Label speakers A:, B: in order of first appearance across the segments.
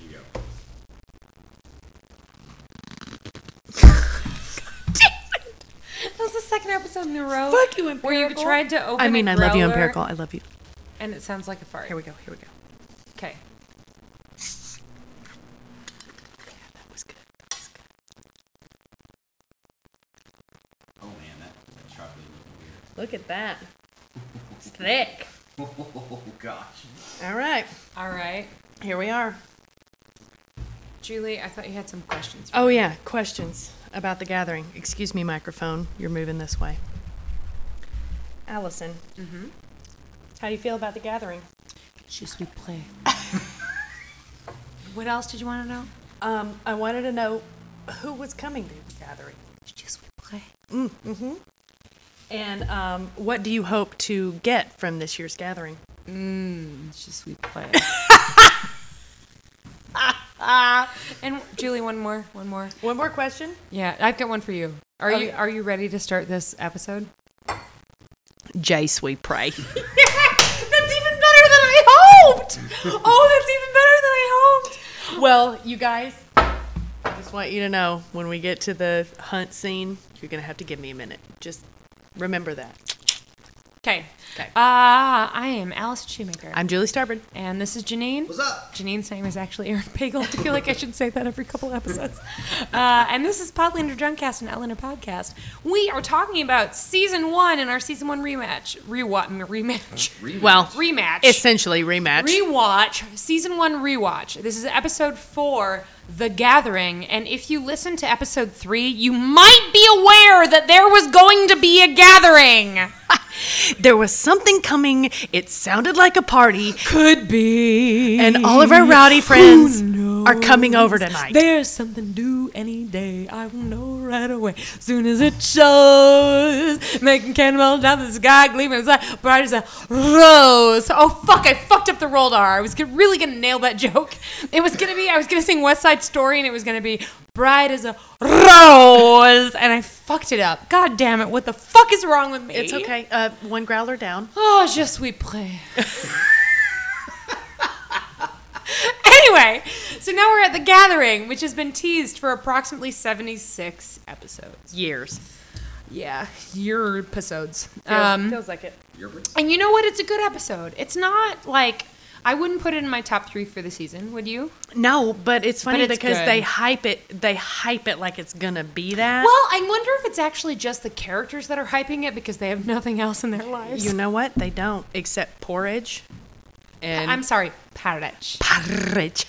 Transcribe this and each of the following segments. A: You
B: That was the second episode in a row
C: Fuck you,
B: where you
C: Empirical.
B: tried to open.
C: I mean,
B: a
C: I love you,
B: growler
C: Empirical. I love you.
B: And it sounds like a fart.
C: Here we go. Here we go.
B: Okay.
C: That was good.
A: Oh man, that, that chocolate looking
C: Look at that. It's thick.
A: weird. Oh gosh.
C: All right.
B: All right,
C: Here we are.
B: Julie. I thought you had some questions.
C: Oh, yeah. Questions about the gathering. Excuse me, microphone. You're moving this way. Allison. Mm-hmm. How do you feel about the gathering?
B: Je suis prêt. what else did you want to know?
C: Um, I wanted to know who was coming to the gathering.
B: Je suis prêt.
C: And um, what do you hope to get from this year's gathering?
B: Je suis prêt. and Julie, one more, one more.
C: One more question.
B: Yeah, I've got one for you. Are you
C: Okay.
B: are you ready to start this episode?
C: Jace, we pray.
B: that's even better than I hoped. Oh, that's even better than I hoped.
C: well, you guys, I just want you to know when we get to the hunt scene, you're going to have to give me a minute. Just remember that.
B: Okay.
C: 'Kay.
B: Uh, I am Alice Shoemaker,
C: I'm Julie Starbird.
B: and this is Janine.
A: What's up?
B: Janine's name is actually Erin Pagel. I feel like I should say that every couple episodes. Uh, and this is Podlander Drunkcast and Eleanor Podcast. We are talking about season one and our season one rematch. Rewatch. Rematch.
C: Well,
B: rematch.
C: essentially rematch.
B: Rewatch, season one rewatch. This is episode four, The Gathering. And if you listen to episode three, you might be aware that there was going to be a gathering.
C: there was something coming. It sounded like a party,
B: Could be.
C: and all of our rowdy friends are coming over tonight.
B: There's something due any day. I will know right away. Soon as it shows. Making cannonballs down the sky, gleaming as a bright as a rose. Oh, fuck. I fucked up the rolled R. I was gonna, really going to nail that joke. It was going to be, I was going to sing West Side Story, and it was going to be bright as a rose. And I fucked it up. God damn it. What the fuck is wrong with me?
C: it's okay. Uh, one growler down.
B: Oh, je suis prêt. anyway, so now we're at the gathering, which has been teased for approximately 76 episodes.
C: Years.
B: Yeah, your episodes. Um,
C: feels like it.
B: and you know what? It's a good episode. It's not like I wouldn't put it in my top three for the season. Would you?
C: No, but it's funny
B: it's
C: because
B: good.
C: they hype it. They hype it like it's gonna be that.
B: Well, I wonder if it's actually just the characters that are hyping it because they have nothing else in their lives.
C: you know what? They don't except porridge, and
B: I'm sorry, Parach.
C: porridge,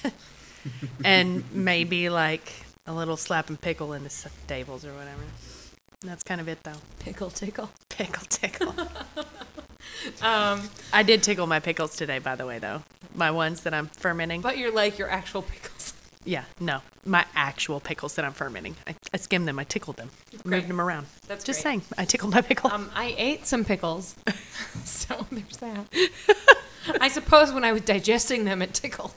C: and maybe like a little slap and pickle in the stables or whatever. That's kind of it though.
B: Pickle tickle.
C: Pickle tickle.
B: Um,
C: I did tickle my pickles today, by the way, though. My ones that I'm fermenting.
B: but you're like your actual pickles.
C: yeah, no, my actual pickles that I'm fermenting. I, I skimmed them. I tickled them.
B: Great.
C: Moved them around.
B: That's
C: just
B: great.
C: saying. I tickled my pickle.
B: Um, I ate some pickles, so there's that. I suppose when I was digesting them, it tickled.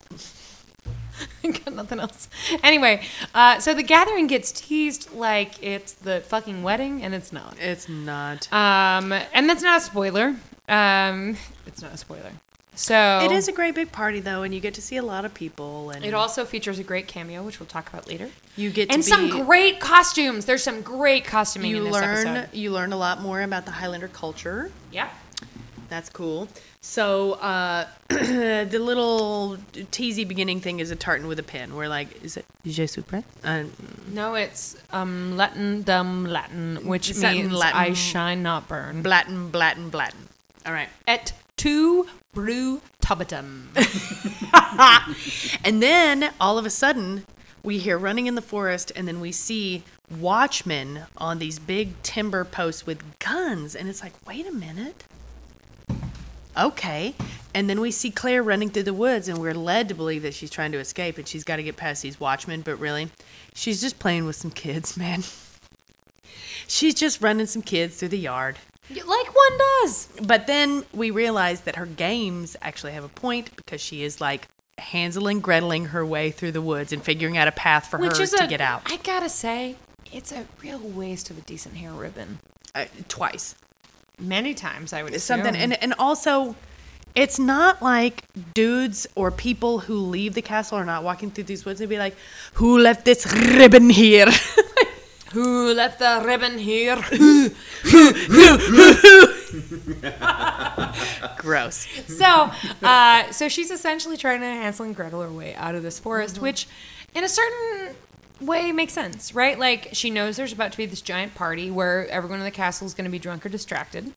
B: I got nothing else. Anyway, uh, so the gathering gets teased like it's the fucking wedding, and it's not.
C: it's not.
B: Um, and that's not a spoiler. Um, it's not a spoiler. So
C: It is a great big party though, and you get to see a lot of people, and
B: It also features a great cameo, which we'll talk about later,
C: you get to
B: and some
C: be-
B: great costumes. There's some great costuming
C: you
B: in this
C: learn
B: episode.
C: you learn a lot more about the Highlander culture.
B: Yeah.
C: That's cool. So uh, the little teasy beginning thing is a tartan with a pin. We're like, is it je suis prêt? Uh,
B: No, it's um Latin dum Latin, which
C: It's Latin,
B: means
C: Latin.
B: I shine not burn.
C: blatin, blatin, blatin. All right.
B: Et tu brew tabatum.
C: And then all of a sudden, we hear running in the forest, and then we see watchmen on these big timber posts with guns. And it's like, wait a minute. Okay. And then we see Claire running through the woods, and we're led to believe that she's trying to escape and she's got to get past these watchmen. But really, she's just playing with some kids, man. She's just running some kids through the yard.
B: like one does.
C: But then we realize that her games actually have a point because she is like Hansel and Greteling her way through the woods and figuring out a path for
B: Which
C: her
B: is
C: to
B: a,
C: get out
B: I gotta say, it's a real waste of a decent hair ribbon.
C: uh, twice.
B: Many times I would
C: Something
B: assume.
C: and and also It's not like dudes or people who leave the castle are not walking through these woods and be like, "Who left this ribbon here?"
B: Who left the ribbon here?
C: Gross.
B: so, uh, so she's essentially trying to Hansel and Gretel her way out of this forest, which, in a certain way, makes sense, right? Like she knows there's about to be this giant party where everyone in the castle is going to be drunk or distracted.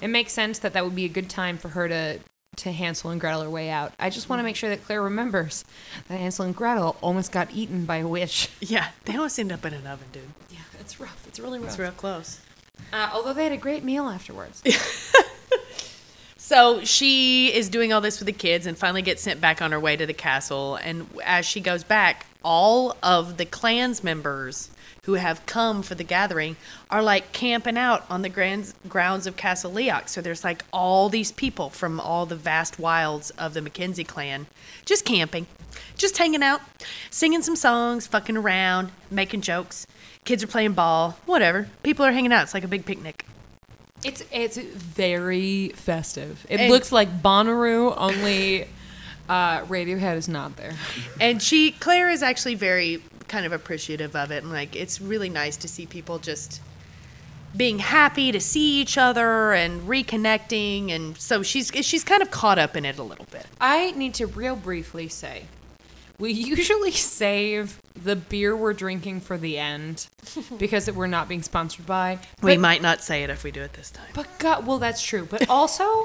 B: It makes sense that that would be a good time for her to to Hansel and Gretel her way out. I just want to make sure that Claire remembers that Hansel and Gretel almost got eaten by a witch.
C: Yeah, they almost end up in an oven, dude.
B: Yeah, it's rough. It's really rough.
C: It's real close.
B: Uh, although they had a great meal afterwards.
C: So she is doing all this with the kids and finally gets sent back on her way to the castle. And as she goes back, all of the clans members who have come for the gathering are like camping out on the grand grounds of Castle Leoc. So there's like all these people from all the vast wilds of the Mackenzie clan just camping, just hanging out, singing some songs, fucking around, making jokes. Kids are playing ball, whatever. People are hanging out. It's like a big picnic.
B: It's it's very festive. It
C: And-
B: looks like Bonnaroo, only uh, Radiohead is not there.
C: and she claire is actually very kind of appreciative of it and like it's really nice to see people just being happy to see each other and reconnecting and so she's she's kind of caught up in it a little bit
B: I need to real briefly say, we usually save the beer we're drinking for the end because it, we're not being sponsored by.
C: we
B: But-
C: might not say it if we do it this time
B: But God, well, that's true. But also,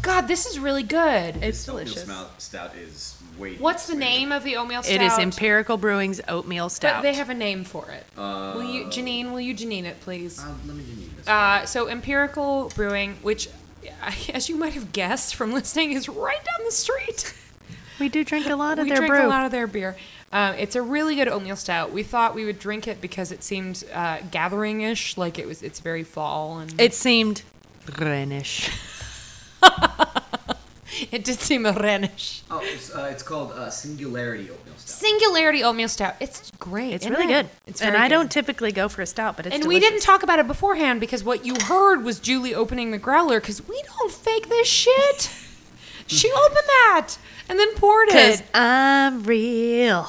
B: God, this is really good.
C: it's
A: Oatmeal smou- stout is way.
B: What's the name of the oatmeal stout?
C: it is empirical brewing's oatmeal
B: But
C: stout
B: they have a name for it. will you, Janine? Will you Janine it, please?
A: Um, let me give you this.
B: Uh, so Empirical Brewing, which, as you might have guessed from listening, is right down the street.
C: we do drink a lot of
B: we
C: their
B: drink
C: brew
B: a lot of their beer. Um, it's a really good oatmeal stout. We thought we would drink it because it seemed uh, gathering-ish, like it was. It's very fall, and
C: it seemed Rhenish.
B: it did seem Rhenish.
A: oh, it's, uh, it's called uh, Singularity Oatmeal Stout.
B: Singularity oatmeal stout. It's great.
C: It's
B: isn't
C: really
B: it?
C: good.
B: It's
C: and
B: very
C: I
B: good.
C: don't typically go for a stout, but it's
B: And we
C: delicious.
B: didn't talk about it beforehand because what you heard was Julie opening the growler because we don't fake this shit. she opened that and then poured it.
C: because I'm real.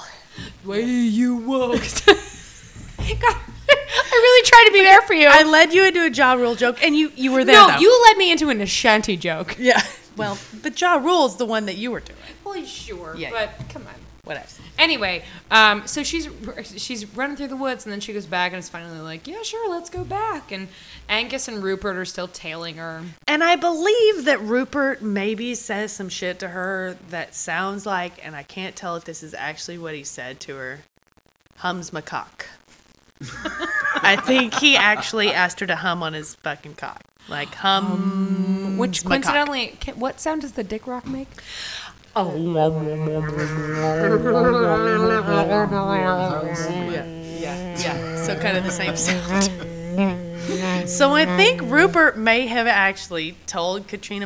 B: way you walked. God, I really tried to be there for you.
C: I led you into a jaw rule joke, and you you were there.
B: no,
C: though.
B: you led me into an Ashanti joke.
C: Yeah. Well, the jaw rule's the one that you were doing.
B: Well, sure,
C: Yeah,
B: but come on.
C: What else?
B: Anyway, um, so she's she's running through the woods, and then she goes back, and is finally like, "Yeah, sure, let's go back." And Angus and Rupert are still tailing her.
C: And I believe that Rupert maybe says some shit to her that sounds like, and I can't tell if this is actually what he said to her. Hums my cock. I think he actually asked her to hum on his fucking cock. Like hum.
B: Which
C: my cock.
B: coincidentally, can, what sound does the dick rock make?
C: Yeah, yeah. So kind of the same sound. so I think Rupert may have actually told Katrina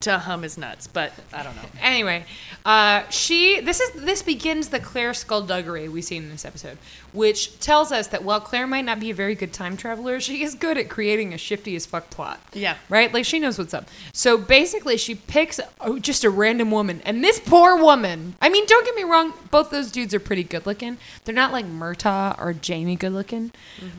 C: to hum his nuts, but I don't know.
B: Anyway, uh, she this is this begins the Claire skullduggery we see in this episode, which tells us that while Claire might not be a very good time traveler, she is good at creating a shifty as fuck plot.
C: Yeah.
B: right. Like she knows what's up. So basically, she picks oh, just a random woman, and this poor woman. I mean, don't get me wrong. Both those dudes are pretty good looking. They're not like Murtaugh or Jamie good looking,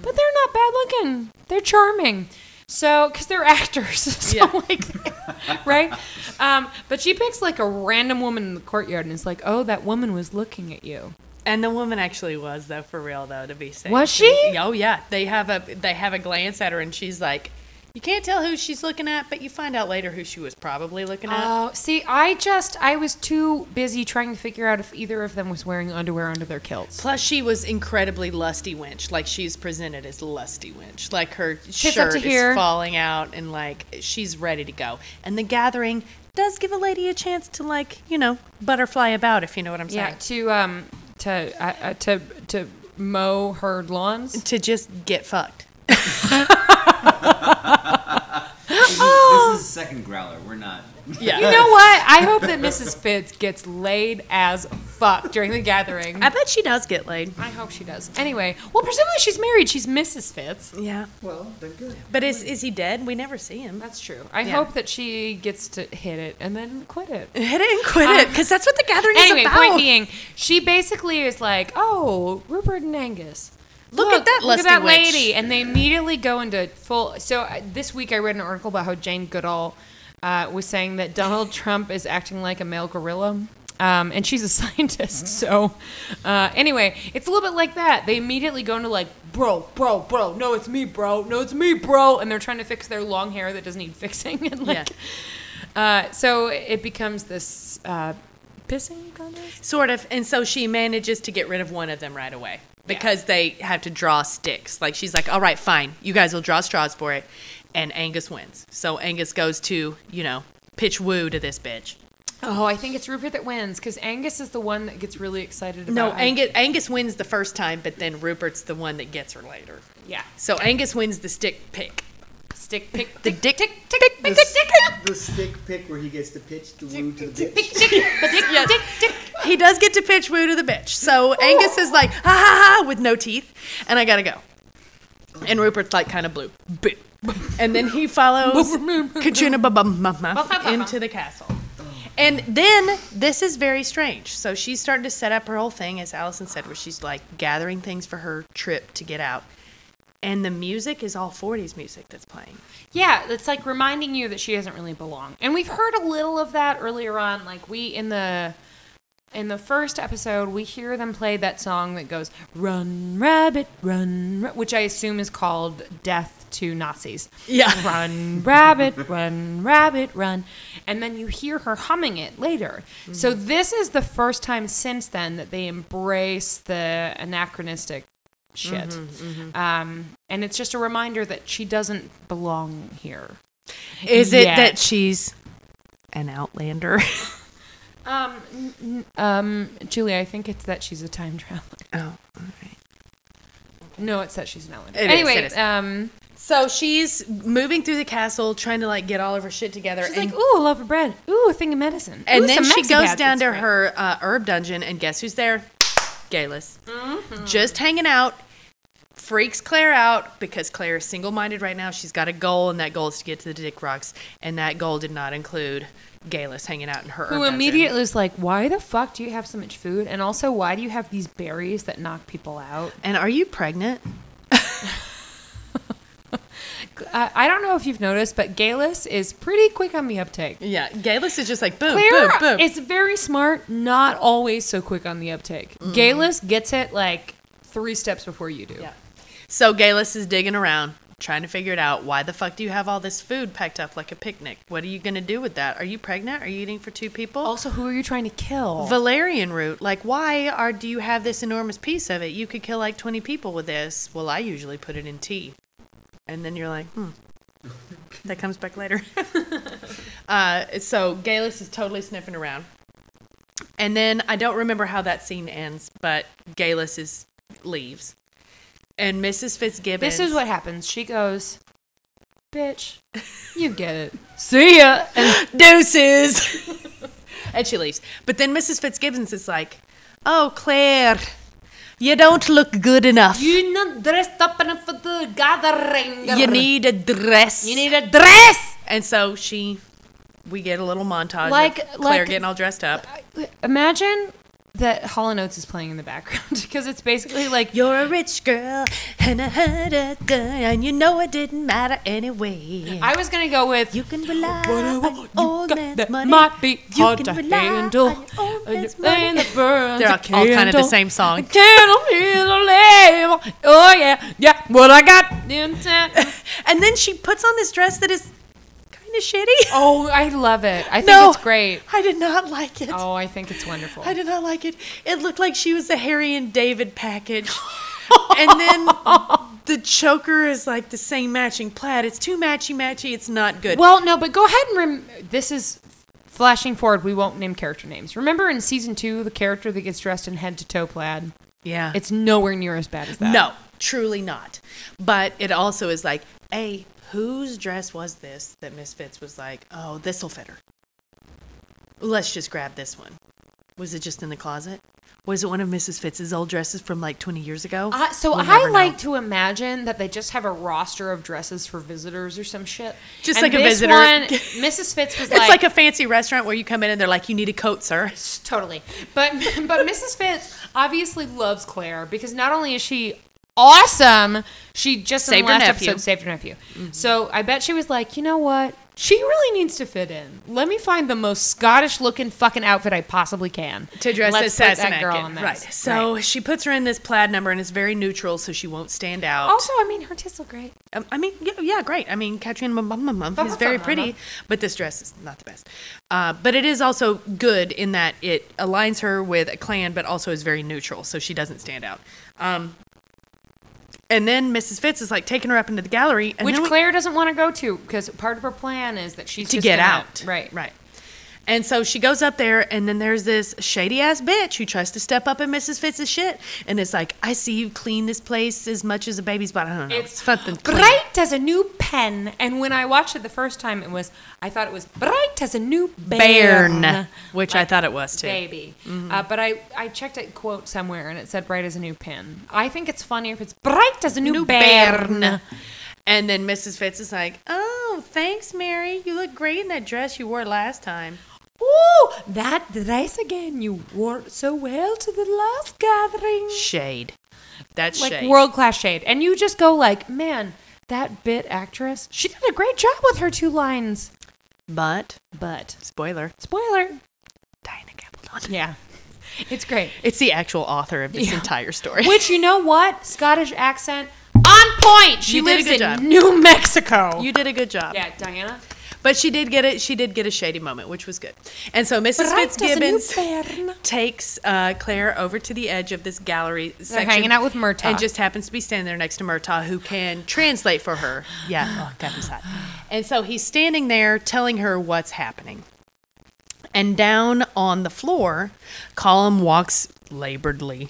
B: but they're not bad looking. They're charming. So, because they're actors, so
C: Yeah.
B: like, right? Um, but she picks like a random woman in the courtyard and is like, "Oh, that woman was looking at you."
C: And the woman actually was though, for real though, to be safe.
B: Was she?
C: Oh yeah, they have a they have a glance at her, and she's like, you can't tell who she's looking at, but you find out later who she was probably looking at.
B: Oh, see, I just I was too busy trying to figure out if either of them was wearing underwear under their kilts.
C: Plus, she was incredibly lusty wench. Like she's presented as lusty wench. Like her
B: up
C: shirt
B: to
C: is
B: here.
C: falling out, and like she's ready to go. And the gathering does give a lady a chance to like you know butterfly about, if you know what I'm
B: Yeah,
C: saying.
B: to um, to uh, uh, to to mow her lawns.
C: To just get fucked.
B: Oh!
A: This is, this is second growler. We're not.
C: Yeah.
B: You know what? I hope that Mrs. Fitz gets laid as fuck during the gathering.
C: I bet she does get laid.
B: I hope she does. Anyway, well, presumably she's married. She's Mrs. Fitz.
C: Yeah.
A: Well, then good.
C: But is is he dead? We never see him.
B: That's true. I
C: Yeah.
B: hope that she gets to hit it and then quit it.
C: Hit it and quit it, because that's what the gathering
B: anyway,
C: is about.
B: point being, she basically is like, "Oh, Rupert and Angus,
C: Look at that
B: look at
C: lusty
B: that
C: witch."
B: lady," and they immediately go into full. So uh, this week, I read an article about how Jane Goodall uh, was saying that Donald Trump is acting like a male gorilla. Um, and she's a scientist, so uh, anyway, it's a little bit like that. They immediately go into like, bro, bro, bro, no, it's me, bro, no, it's me, bro, and they're trying to fix their long hair that doesn't need fixing, and like, uh, so it becomes this uh, pissing contest.
C: Sort of. And so she manages to get rid of one of them right away because they have to draw sticks. Like she's like, all right, fine. You guys will draw straws for it. And Angus wins. So Angus goes to, you know, pitch woo to this bitch.
B: Oh, I think it's Rupert that wins because Angus is the one that gets really excited about.
C: No,
B: I-
C: Angus, Angus wins the first time, but then Rupert's the one that gets her later.
B: Yeah,
C: So Angus wins the stick pick.
B: stick pick
C: The
B: dick
C: dick-
B: tick tick tick
A: The,
B: pick tick tick
A: s- the stick pick where he gets to pitch the woo to the
B: tick
A: bitch.
B: tick tick tick tick.
C: He does get to pitch woo to the bitch. So Angus is like, ha ha ha, with no teeth, and I gotta go. And Rupert's like, kind of blue. Boo. And then he follows Katrina ba- ba- ma- ma into the castle. And then this is very strange. So she's starting to set up her whole thing, as Allison said, where she's like gathering things for her trip to get out. And the music is all 40s music that's playing.
B: Yeah, it's like reminding you that she doesn't really belong, and we've heard a little of that earlier on. Like we in the in the first episode, we hear them play that song that goes "Run Rabbit Run," ra-" which I assume is called "Death to Nazis."
C: Yeah.
B: run rabbit run rabbit run and then you hear her humming it later so this is the first time since then that they embrace the anachronistic shit Um, and it's just a reminder that she doesn't belong here
C: Is it
B: Yeah.
C: that she's an outlander?
B: um, n- n- um, julie i think it's that she's a time traveler
C: oh, all right.
B: no it's that she's an Ellen.
C: It is,
B: anyway
C: it is.
B: um,
C: So she's moving through the castle, trying to like get all of her shit together.
B: she's
C: and
B: like ooh a loaf of bread ooh a thing of medicine
C: and
B: Ooh, some
C: then she
B: maxi
C: goes
B: pads.
C: down
B: That's great.
C: to her uh, herb dungeon, and guess who's there? Galus, just hanging out. Freaks Claire out because Claire is single-minded right now. She's got a goal, and that goal is to get to the Dick Rocks, and that goal did not include Galus hanging out in her. herb
B: Who
C: dungeon.
B: immediately is like, why the fuck do you have so much food? And also, why do you have these berries that knock people out?
C: And are you pregnant?
B: Uh, I don't know if you've noticed, but Galus is pretty quick on the uptake.
C: Yeah, Galus is just like boom,
B: Claire
C: boom, boom.
B: is very smart, not always so quick on the uptake. Galus gets it like three steps before you do.
C: Mm-hmm. Yeah. So Galus is digging around, trying to figure it out. Why the fuck do you have all this food packed up like a picnic? What are you gonna do with that? Are you pregnant? Are you eating for two people?
B: Also, who are you trying to kill?
C: Valerian root. Like, why are do you have this enormous piece of it? You could kill like twenty people with this. Well, I usually put it in tea, and then you're like, hmm. That comes back later. uh, so Galus is totally sniffing around, and then I don't remember how that scene ends, but Galus is leaves, and Mrs. Fitzgibbon.
B: this is what happens. She goes, bitch, you get it. See ya. And
C: doses. and she leaves. But then Mrs. Fitzgibbons is like, Oh, Claire, you don't look good enough. You,
B: you not dressed up enough for the gathering.
C: need a dress.
B: you need a dress.
C: and so she, we get a little montage
B: Like-
C: of Claire
B: like-
C: getting all dressed up.
B: Imagine that Hall and Oates is playing in the background because it's basically like
C: You're a rich girl and I had a gun, and you know it didn't matter anyway.
B: I was gonna go with
C: you can rely
B: Whatever
C: on
B: you
C: your old
B: got
C: man's
B: that
C: money.
B: might be
C: you
B: hard
C: can
B: to
C: rely
B: handle.
C: on your old
B: And
C: man's
B: you're playing
C: money.
B: the burns
C: They're
B: a
C: all kind of the
B: candle.
C: same
B: A
C: song.
B: candle in a lamp. Oh yeah, yeah. What I got inside.
C: And then she puts on this dress that is kind of shitty.
B: Oh, I love it. I think it's great.
C: I did not like it.
B: Oh, I think it's wonderful.
C: I did not like it. It looked like she was the Harry and David package. and then the choker is like the same matching plaid. It's too matchy matchy. It's not good.
B: Well, no, but go ahead and rem- this is flashing forward. We won't name character names. Remember in season two, the character that gets dressed in head to toe plaid.
C: yeah.
B: It's
C: It's
B: nowhere near as bad as that.
C: no, truly not. But it also is like, a whose dress was this that Miss Fitz was like, oh, this'll fit her. Let's just grab this one. Was it just in the closet? Was it one of Mrs. Fitz's old dresses from like 20 years ago?
B: I so
C: We'll
B: I
C: never know.
B: like to imagine that they just have a roster of dresses for visitors or some shit.
C: Just
B: And
C: like a
B: this
C: visitor.
B: One, Mrs. Fitz was
C: It's like,
B: like,
C: a fancy restaurant where you come in and they're like, "You need a coat, sir."
B: totally. But but Mrs. Fitz obviously loves Claire because not only is she awesome, she just
C: Saved
B: in the
C: her
B: last
C: nephew. Mm-hmm.
B: episode saved her nephew. So I bet she was like, you know what? She really needs to fit in. Let me find the most Scottish looking fucking outfit I possibly can
C: To dress
B: Let's
C: as
B: put that girl
C: Sassenachin.
B: on this.
C: right? So she puts her in this plaid number, and it's very neutral, so she won't stand out.
B: Also, I mean, her tits look great.
C: Um, I mean, yeah, yeah, great. I mean, Katrina Mum Mum Mum Mum is
B: Mum
C: very
B: Mum
C: pretty,
B: Mum.
C: but this dress is not the best. Uh, but it is also good in that it aligns her with a clan, but also is very neutral, so she doesn't stand out. Um, and then Mrs. Fitz is like taking her up into the gallery, and
B: Which
C: then we-
B: Claire doesn't want to go to because part of her plan is that she's
C: to
B: just
C: get
B: gonna-
C: out.
B: Right.
C: Right. And so she goes up there, and then there's this shady ass bitch who tries to step up in Mrs. Fitz's shit, and it's like, I see you clean this place as much as a baby's butt. I don't know. It's, something clean.
B: bright as a new pen. And when I watched it the first time, it was I thought it was bright as a new bairn,
C: Bairn, which I thought it was too. Mm-hmm.
B: baby. Uh, but I I checked a quote somewhere and it said bright as a new pen. I think it's funnier if it's bright as a new,
C: New
B: bairn.
C: bairn. And then Mrs. Fitz is like, Oh, thanks, Mary. You look great in that dress you wore last time.
B: Ooh, that dress again you wore so well to the last gathering.
C: Shade. That's
B: like
C: shade.
B: world class shade. And you just go like, man, that bit actress, she did a great job with her two lines.
C: but,
B: But
C: spoiler,
B: spoiler,
C: Diana Gabaldon.
B: yeah, it's great.
C: It's the actual author of this entire story.
B: Which you know what, Scottish accent on point. She
C: You did a
B: lives
C: good
B: in
C: job.
B: New Mexico.
C: you did a good job.
B: yeah, Diana.
C: But she did get it. She did get a shady moment, which was good. And so Mrs.
B: Bright as a new
C: Fitzgibbons
B: bairn.
C: takes uh, Claire over to the edge of this gallery section.
B: hanging out with Murtaugh.
C: and just happens to be standing there next to Murtaugh, who can translate for her. Yeah, oh God, he's hot. And so he's standing there telling her what's happening. And down on the floor, Colum walks laboredly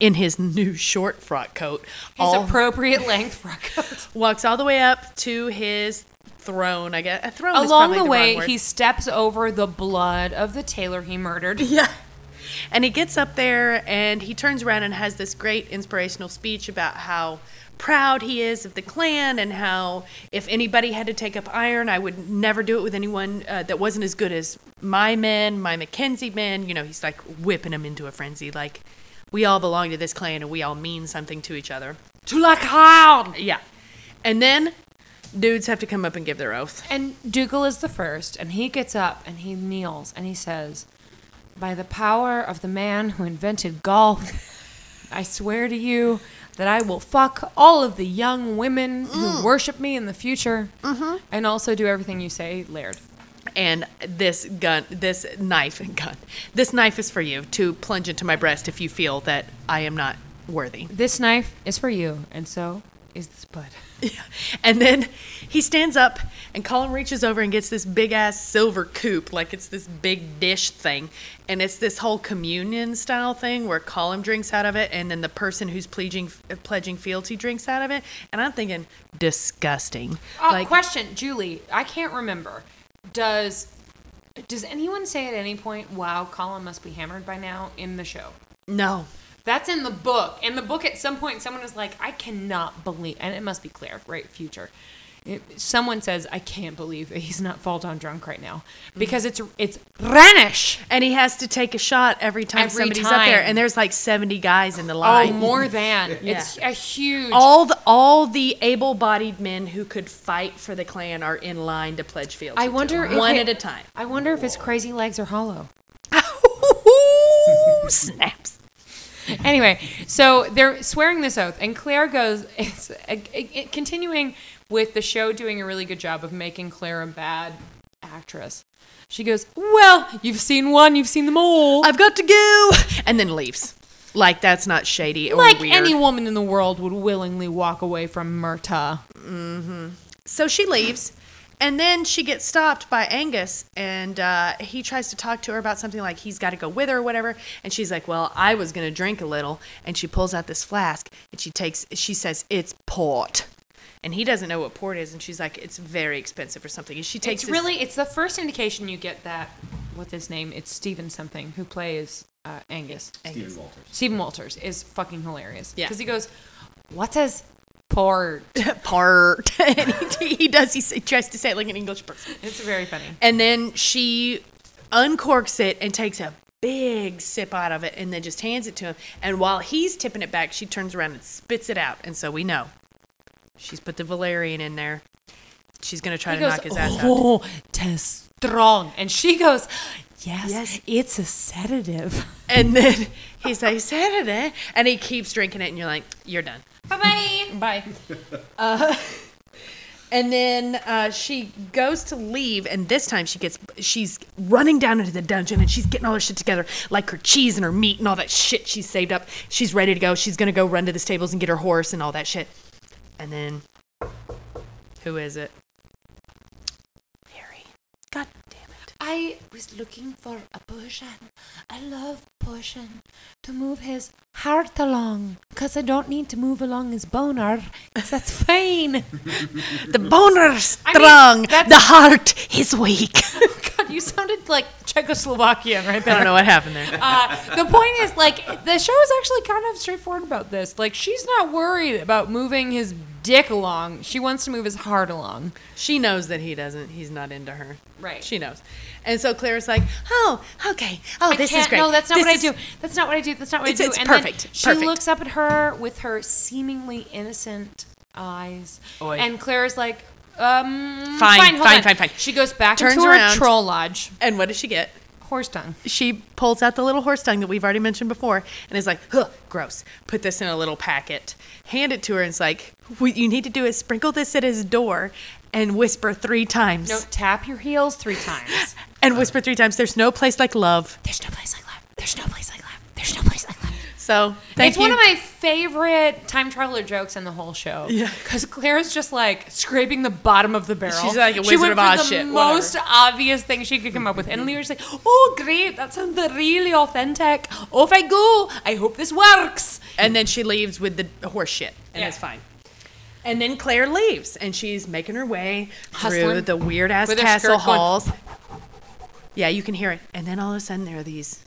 C: in his new short frock coat.
B: His
C: all-
B: appropriate length for a coat.
C: walks all the way up to his throne. I guess a throne. is
B: Along
C: probably
B: the
C: wrong
B: way,
C: word.
B: he steps over the blood of the tailor he murdered.
C: Yeah. And he gets up there and he turns around and has this great inspirational speech about how proud he is of the clan and how if anybody had to take up iron, I would never do it with anyone uh, that wasn't as good as my men, my Mackenzie men. You know, he's like whipping them into a frenzy. Like, we all belong to this clan and we all mean something to each other.
B: Tulakhan.
C: Yeah. And then dudes have to come up and give their oath.
B: And Dougal is the first, and he gets up and he kneels and he says, By the power of the man who invented golf, I swear to you that I will fuck all of the young women who worship me in the future and also do everything you say, Laird.
C: and this gun this knife gun this knife is for you to plunge into my breast if you feel that i am not worthy
B: This knife is for you, and so is this bud.
C: and then he stands up and colin reaches over and gets this big ass silver coupe like it's this big dish thing and it's this whole communion style thing where colin drinks out of it and then the person who's pledging pledging fealty drinks out of it and i'm thinking disgusting
B: Uh, question, Julie, I can't remember. Does. Does anyone say at any point, wow, Colin must be hammered by now in the show?
C: no
B: That's in the book. In the book, at some point, someone is like, I cannot believe, and it must be Claire, right? Future. It, someone says, I can't believe that he's not fall down drunk right now because it's it's Rhenish.
C: and he has to take a shot every time
B: Every
C: somebody's up there
B: time.
C: and there's like 70 guys in the
B: Oh,
C: line
B: more than it's a huge.
C: all the all the able-bodied men who could fight for the clan are in line to pledge fealty.
B: I
C: to
B: wonder
C: him,
B: if
C: one
B: it-
C: at a time.
B: I wonder if his crazy legs are hollow.
C: Snaps.
B: anyway, so they're swearing this oath, and Claire goes, it's, uh, it, it- continuing with the show doing a really good job of making Claire a bad actress. She goes, Well, you've seen one, you've seen them all.
C: I've got to go, and then leaves. Like that's not shady or
B: like
C: weird.
B: any woman in the world would willingly walk away from Murta.
C: So she leaves, and then she gets stopped by Angus, and uh, he tries to talk to her about something like he's got to go with her or whatever. And she's like, "Well, I was gonna drink a little," and she pulls out this flask and she takes. She says, "It's port." And he doesn't know what port is, and she's like, "It's very expensive or something." And she takes
B: It's
C: this-
B: really it's the first indication you get that what's his name? It's Steven something who plays uh, Angus.
A: Steven Walters.
B: Stephen Walters is fucking hilarious.
C: Yeah.
B: Because he goes, "What's his port?"
C: part. and he, he does. He s- tries to say it like an English person.
B: It's very funny.
C: And then she uncorks it and takes a big sip out of it and then just hands it to him. And while he's tipping it back, she turns around and spits it out. And so we know she's put the Valerian in there. She's going to try
B: He
C: to
B: goes,
C: knock his ass out.
B: "Oh, tis strong," and she goes, "Yes,
C: Yes.
B: it's a sedative."
C: And then he's like, Saturday. eh?" And he keeps drinking it. And you're like, you're done.
B: Bye bye. Bye.
C: And then uh, she goes to leave, and this time she gets she's running down into the dungeon, and she's getting all her shit together, like her cheese and her meat and all that shit she saved up. She's ready to go. She's gonna go run to the stables and get her horse and all that shit. And then, who is it? Harry. God damn it!
B: I was looking for a potion, a love potion, to move his heart along, 'cause I don't need to move along his boner, 'cause that's fine.
C: The boner
B: I mean,
C: strong,
B: that's-
C: the heart is weak.
B: God, you sounded like Czechoslovakian right
C: I don't
B: there.
C: know what happened there.
B: Uh, the point is, like, the show is actually kind of straightforward about this. Like, she's not worried about moving his dick along. She wants to move his heart along.
C: She knows that he doesn't. He's not into her.
B: Right.
C: She knows. And so Claire's like, oh, okay. Oh,
B: I
C: this is
B: can't-
C: great.
B: No, that's not
C: This
B: what
C: is-
B: I do. That's not what I do. That's not what
C: It's-
B: I do.
C: it's
B: then
C: perfect.
B: She
C: Perfect.
B: looks up at her with her seemingly innocent eyes,
C: Oi.
B: and Claire's like, um,
C: Fine,
B: fine, hold
C: fine,
B: on."
C: fine, fine.
B: She goes back
C: Turns
B: into
C: around.
B: her troll lodge,
C: And what does she get?
B: horse tongue.
C: She pulls out the little horse tongue that we've already mentioned before and is like, huh, gross. Put this in a little packet. Hand it to her and it's like, what you need to do is sprinkle this at his door and whisper three times.
B: No, tap your heels three times.
C: And whisper three times. There's no place like love.
B: There's no place like love. There's no place like love. There's no place like love.
C: So thank
B: it's
C: you.
B: one of my favorite time traveler jokes in the whole show.
C: Yeah.
B: because Claire's just like scraping the bottom of the barrel.
C: She's like a
B: she
C: Wizard
B: went
C: of
B: for
C: Oz
B: the
C: shit, whatever.
B: most obvious thing she could come up with, and Lear's like, "Oh, great! That sounds really authentic. Off I go. I hope this works."
C: and then she leaves with the horse shit and
B: Yeah.
C: it's fine. And then Claire leaves and she's making her way through
B: Hustling.
C: the weird ass
B: With her
C: castle
B: skirt going-
C: halls. Yeah, you can hear it. And then all of a sudden there are these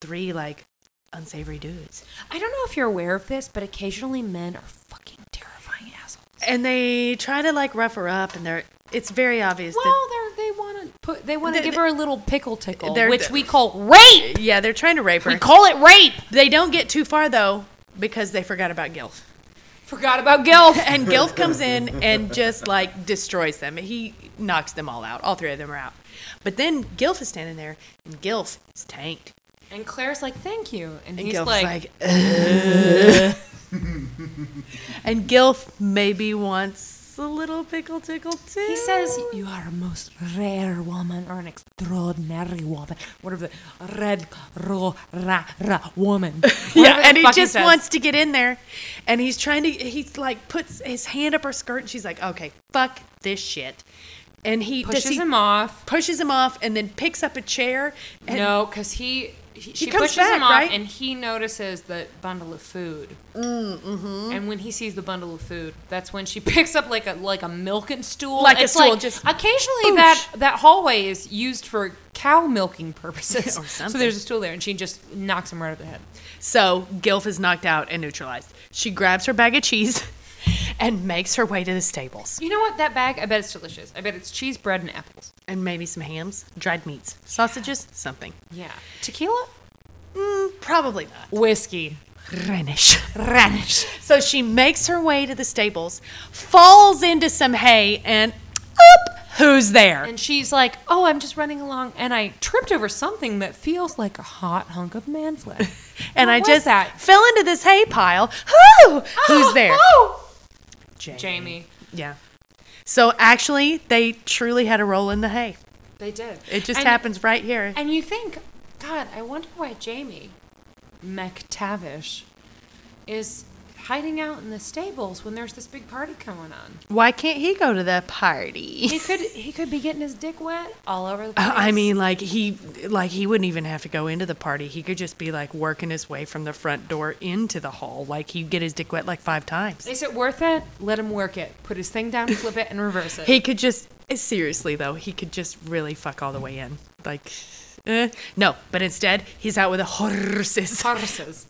C: three like unsavory dudes.
B: I don't know if you're aware of this, but occasionally men are fucking terrifying assholes.
C: And they try to like rough her up and they're it's very obvious
B: Well, they're, they want to put they want to
C: They-
B: give her a little pickle tickle,
C: They're-
B: which we call rape.
C: that Yeah, they're trying to rape her.
B: We call it rape.
C: they don't get too far though because they forgot about Gilf.
B: Forgot about Gil.
C: And Gilf comes in and just like destroys them. He knocks them all out. All three of them are out. But then Gilf is standing there, and Gilf is tanked.
B: And Claire's like, "Thank you," and,
C: And
B: he's
C: Gilf's
B: like,
C: and Gilf maybe wants a little pickle tickle too.
B: He says, You are a most rare woman or an extraordinary woman. Whatever the red, ro, ra, ra, woman.
C: yeah,
B: Whatever the
C: and he
B: fuck
C: just
B: says.
C: wants to get in there, and he's trying to. He's like puts his hand up her skirt, and she's like, "Okay, fuck this shit," and he does
B: pushes
C: he-
B: him off.
C: pushes him off, and then picks up a chair. And
B: No, because he. He, she
C: comes
B: pushes
C: back,
B: him off,
C: right?
B: and he notices the bundle of food. Mm-hmm. And when he sees the bundle of food, that's when she picks up like a like a milking stool.
C: Like a
B: It's
C: stool, just
B: occasionally
C: boosh.
B: that that hallway is used for cow milking purposes. So
C: Or something.
B: there's a stool there, and she just knocks him right over the head.
C: So Gilf is knocked out and neutralized. She grabs her bag of cheese and makes her way to the stables.
B: You know what? That bag, I bet it's delicious. I bet it's cheese, bread, and apples.
C: And maybe some hams, dried meats, sausages, something.
B: Yeah. Tequila?
C: Mm, probably not.
B: Whiskey.
C: Rhenish.
B: Radish.
C: So she makes her way to the stables, falls into some hay, and oop, who's there?
B: And she's like, oh, I'm just running along, and I tripped over something that feels like a hot hunk of man flesh.
C: And
B: What
C: I
B: was
C: just
B: that?
C: fell into this hay pile. Who? Who's there?
B: Oh,
C: Jamie.
B: Jamie.
C: Yeah. So actually, they truly had a roll in the hay.
B: They did.
C: It just
B: And-
C: happens right here.
B: And you think, God, I wonder why Jamie McTavish is hiding out in the stables when there's this big party going on.
C: Why can't he go to the party?
B: He could he could be getting his dick wet all over the place.
C: Uh, I mean, like he, like he wouldn't even have to go into the party. He could just be like working his way from the front door into the hall. Like he'd get his dick wet like five times.
B: Is it worth it? Let him work it. Put his thing down, flip it, and reverse it.
C: He could just seriously though. He could just really fuck all the way in. like, eh. no. But instead, he's out with the horses.
B: Horses.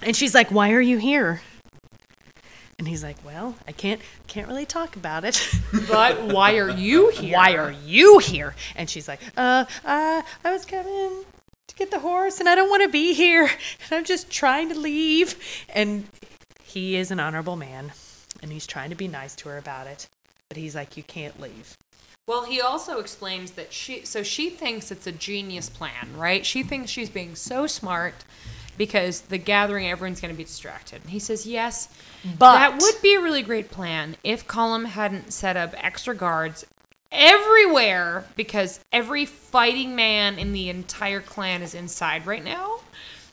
C: And she's like, "Why are you here?" And he's like, "Well, I can't can't really talk about it.
B: But why are you here?
C: Why are you here?" And she's like, "Uh, uh, I was coming to get the horse, and I don't want to be here, and I'm just trying to leave." And he is an honorable man, and he's trying to be nice to her about it, but he's like, "You can't leave."
B: Well, he also explains that she, so she thinks it's a genius plan, right? She thinks she's being so smart because the gathering, everyone's going to be distracted. And he says, yes,
C: But
B: that would be a really great plan if Colum hadn't set up extra guards everywhere because every fighting man in the entire clan is inside right now.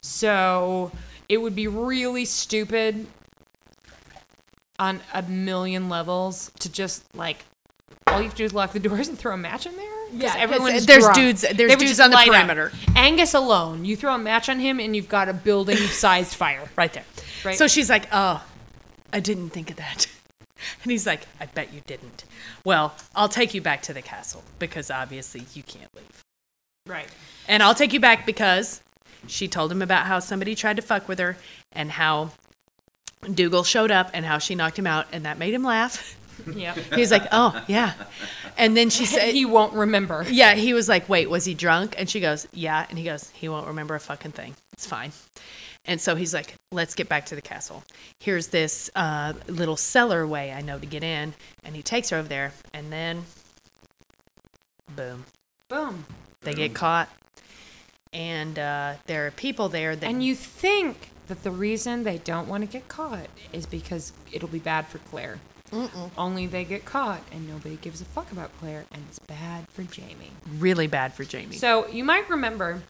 B: So it would be really stupid on a million levels to just like all you have to do is lock the doors and throw a match in there.
C: Yeah, 'cause
B: everyone's
C: there's dudes- there's dudes on the perimeter.
B: Angus alone, you throw a match on him and you've got a building-sized fire.
C: right there.
B: Right.
C: So she's like, "Oh, I didn't think of that." And he's like, "I bet you didn't." Well, I'll take you back to the castle because obviously you can't leave.
B: Right.
C: And I'll take you back because she told him about how somebody tried to fuck with her and how Dougal showed up and how she knocked him out and that made him laugh.
B: Yeah.
C: He was like, "Oh, yeah." And then she said,
B: he won't remember.
C: yeah, he was like, wait, was he drunk? And she goes, yeah. And he goes, he won't remember a fucking thing. It's fine. And so he's like, let's get back to the castle. Here's this uh, little cellar way I know to get in. And he takes her over there. And then, boom,
B: Boom.
C: they get caught. And uh, there are people there that.
B: And you think that the reason they don't want to get caught is because it'll be bad for Claire. Only they get caught and nobody gives a fuck about Claire, and it's bad for Jamie.
C: really bad for Jamie.
B: So you might remember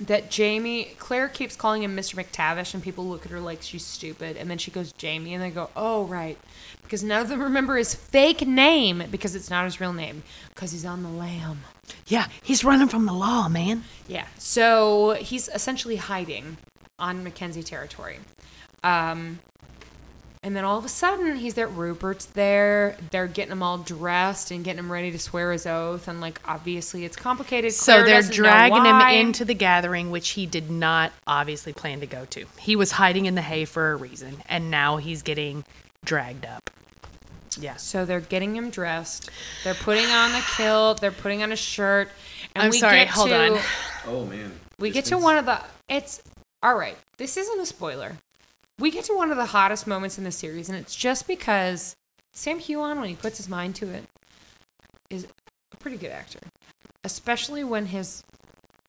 B: that Jamie, Claire keeps calling him Mr. McTavish, and people look at her like she's stupid. And then she goes, Jamie, and they go, oh, right. Because none of them remember his fake name because it's not his real name, because he's on the lam.
C: yeah, he's running from the law, man.
B: Yeah. So he's essentially hiding on Mackenzie territory. Um, and then all of a sudden, he's there. Rupert's there. They're getting him all dressed and getting him ready to swear his oath. And, like, obviously, it's complicated.
C: So
B: Claire
C: they're
B: doesn't know
C: dragging him
B: why.
C: into the gathering, which he did not obviously plan to go to. He was hiding in the hay for a reason, and now he's getting dragged up. Yes.
B: So they're getting him dressed. They're putting on a kilt. They're putting on a shirt. And
C: I'm
B: we
C: sorry,
B: Get
C: hold
B: to,
C: on.
A: Oh man.
B: We get
A: Just
B: to
A: been-
B: one of the. It's all right. This isn't a spoiler. We get to one of the hottest moments in the series, and it's just because Sam Huon, when he puts his mind to it, is a pretty good actor, especially when his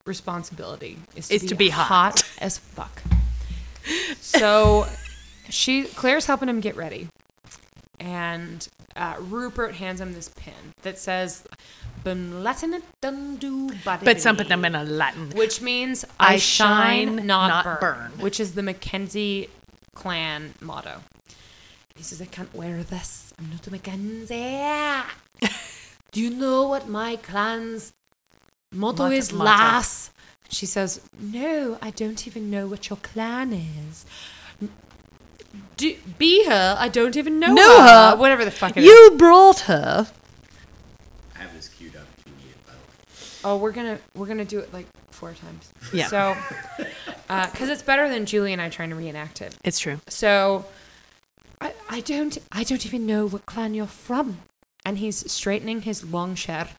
B: responsibility is to,
C: Is
B: be,
C: to be hot.
B: hot as fuck. So she Claire's helping him get ready, and uh, Rupert hands him this pin that says "Bum latinit dum doo bada
C: But some
B: dee."
C: put them in a Latin.
B: which means I,
C: I
B: shine,
C: shine,
B: not,
C: not
B: burn,
C: burn.
B: which is the Mackenzie clan motto. He says, I can't wear this. I'm not a Mackenzie. Do you know what my clan's motto
C: Motto-
B: is,
C: motto.
B: lass? She says, No, I don't even know what your clan is. N- Do, be her. I don't even know,
C: Know
B: her.
C: her.
B: Whatever the fuck it is.
C: You brought her.
A: I have this queued up if you need it, by the way.
B: Oh, we're gonna we're gonna do it like four times.
C: Yeah.
B: So, because it's better than Julie and I trying to reenact it.
C: It's true.
B: So, I, I don't I don't even know what clan you're from. And he's straightening his long shirt,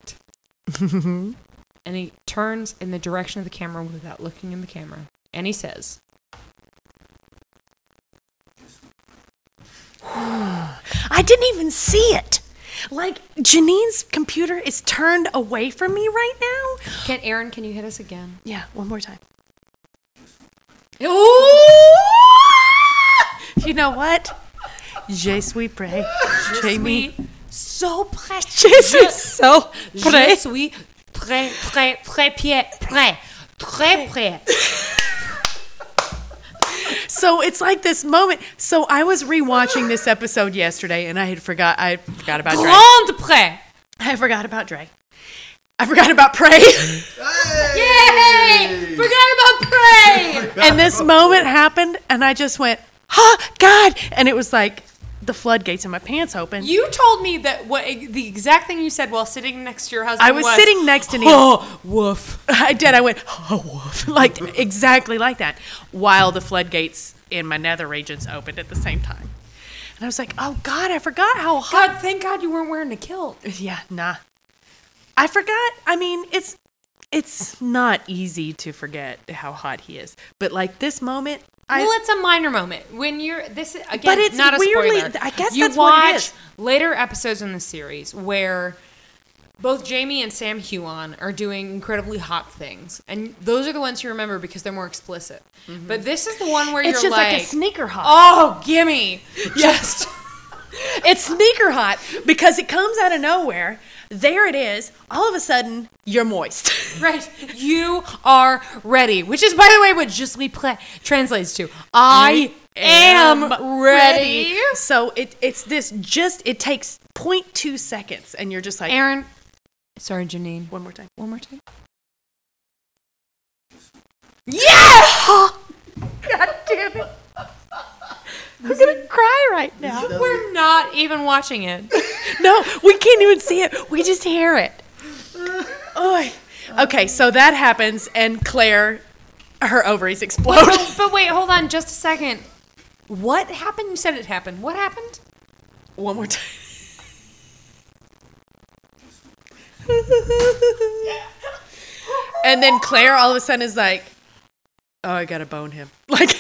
B: and he turns in the direction of the camera without looking in the camera, and he says,
C: I didn't even see it. Like Janine's computer is turned away from me right now.
B: "Can Aaron? Can you hit us again?"
C: Yeah, one more time. You know what? Je suis prêt. Jamie.
B: so precious.
C: Je suis so
B: Je
C: prêt.
B: suis très, très, très prêt, prêt, très prêt.
C: So it's like this moment. So I was rewatching this episode yesterday, and I had forgot. I forgot about Dre.
B: Grande prêt.
C: I forgot about Dre. I forgot about Prey.
B: Yay! Forgot about prey.
C: and this moment happened, and I just went, "Ha, God!" And it was like, the floodgates in my pants open.
B: You told me that what the exact thing you said while sitting next to your husband.
C: I was sitting next to Neil.
B: Oh, woof.
C: I did. I went, oh, woof. like exactly like that, while the floodgates in my nether regions opened at the same time. And I was like, oh God, I forgot how hot.
B: God, thank God you weren't wearing a kilt.
C: Yeah, nah. I forgot. I mean, it's it's not easy to forget how hot he is, but like this moment, I
B: well, it's a minor moment when you're this is again.
C: But it's
B: not a
C: weirdly-
B: spoiler.
C: I guess
B: you
C: that's
B: watch
C: what it is.
B: later episodes in the series where both Jamie and Sam Huon are doing incredibly hot things, and those are the ones you remember because they're more explicit. But this is the one where
C: Mm-hmm. it's
B: you're
C: just like, a sneaker hot.
B: oh, gimme, yes.
C: It's sneaker hot because it comes out of nowhere. There it is. All of a sudden, you're moist.
B: Right. You are ready, which is, by the way, what justly pla translates to I am ready.
C: So it it's this just it takes 0.2 seconds, and you're just like
B: Aaron. Sorry, Janine.
C: one more time.
B: One more time.
C: Yeah! God damn it! I'm gonna cry right now.
B: We're not even watching it.
C: No, we can't even see it. We just hear it. Oy. Okay, so that happens, and Claire, her ovaries
B: But,
C: explode.
B: but, but wait, hold on just a second. What happened? You said it happened. What happened?
C: One more time. and then Claire all of a sudden is like, "Oh, I gotta bone him." Like,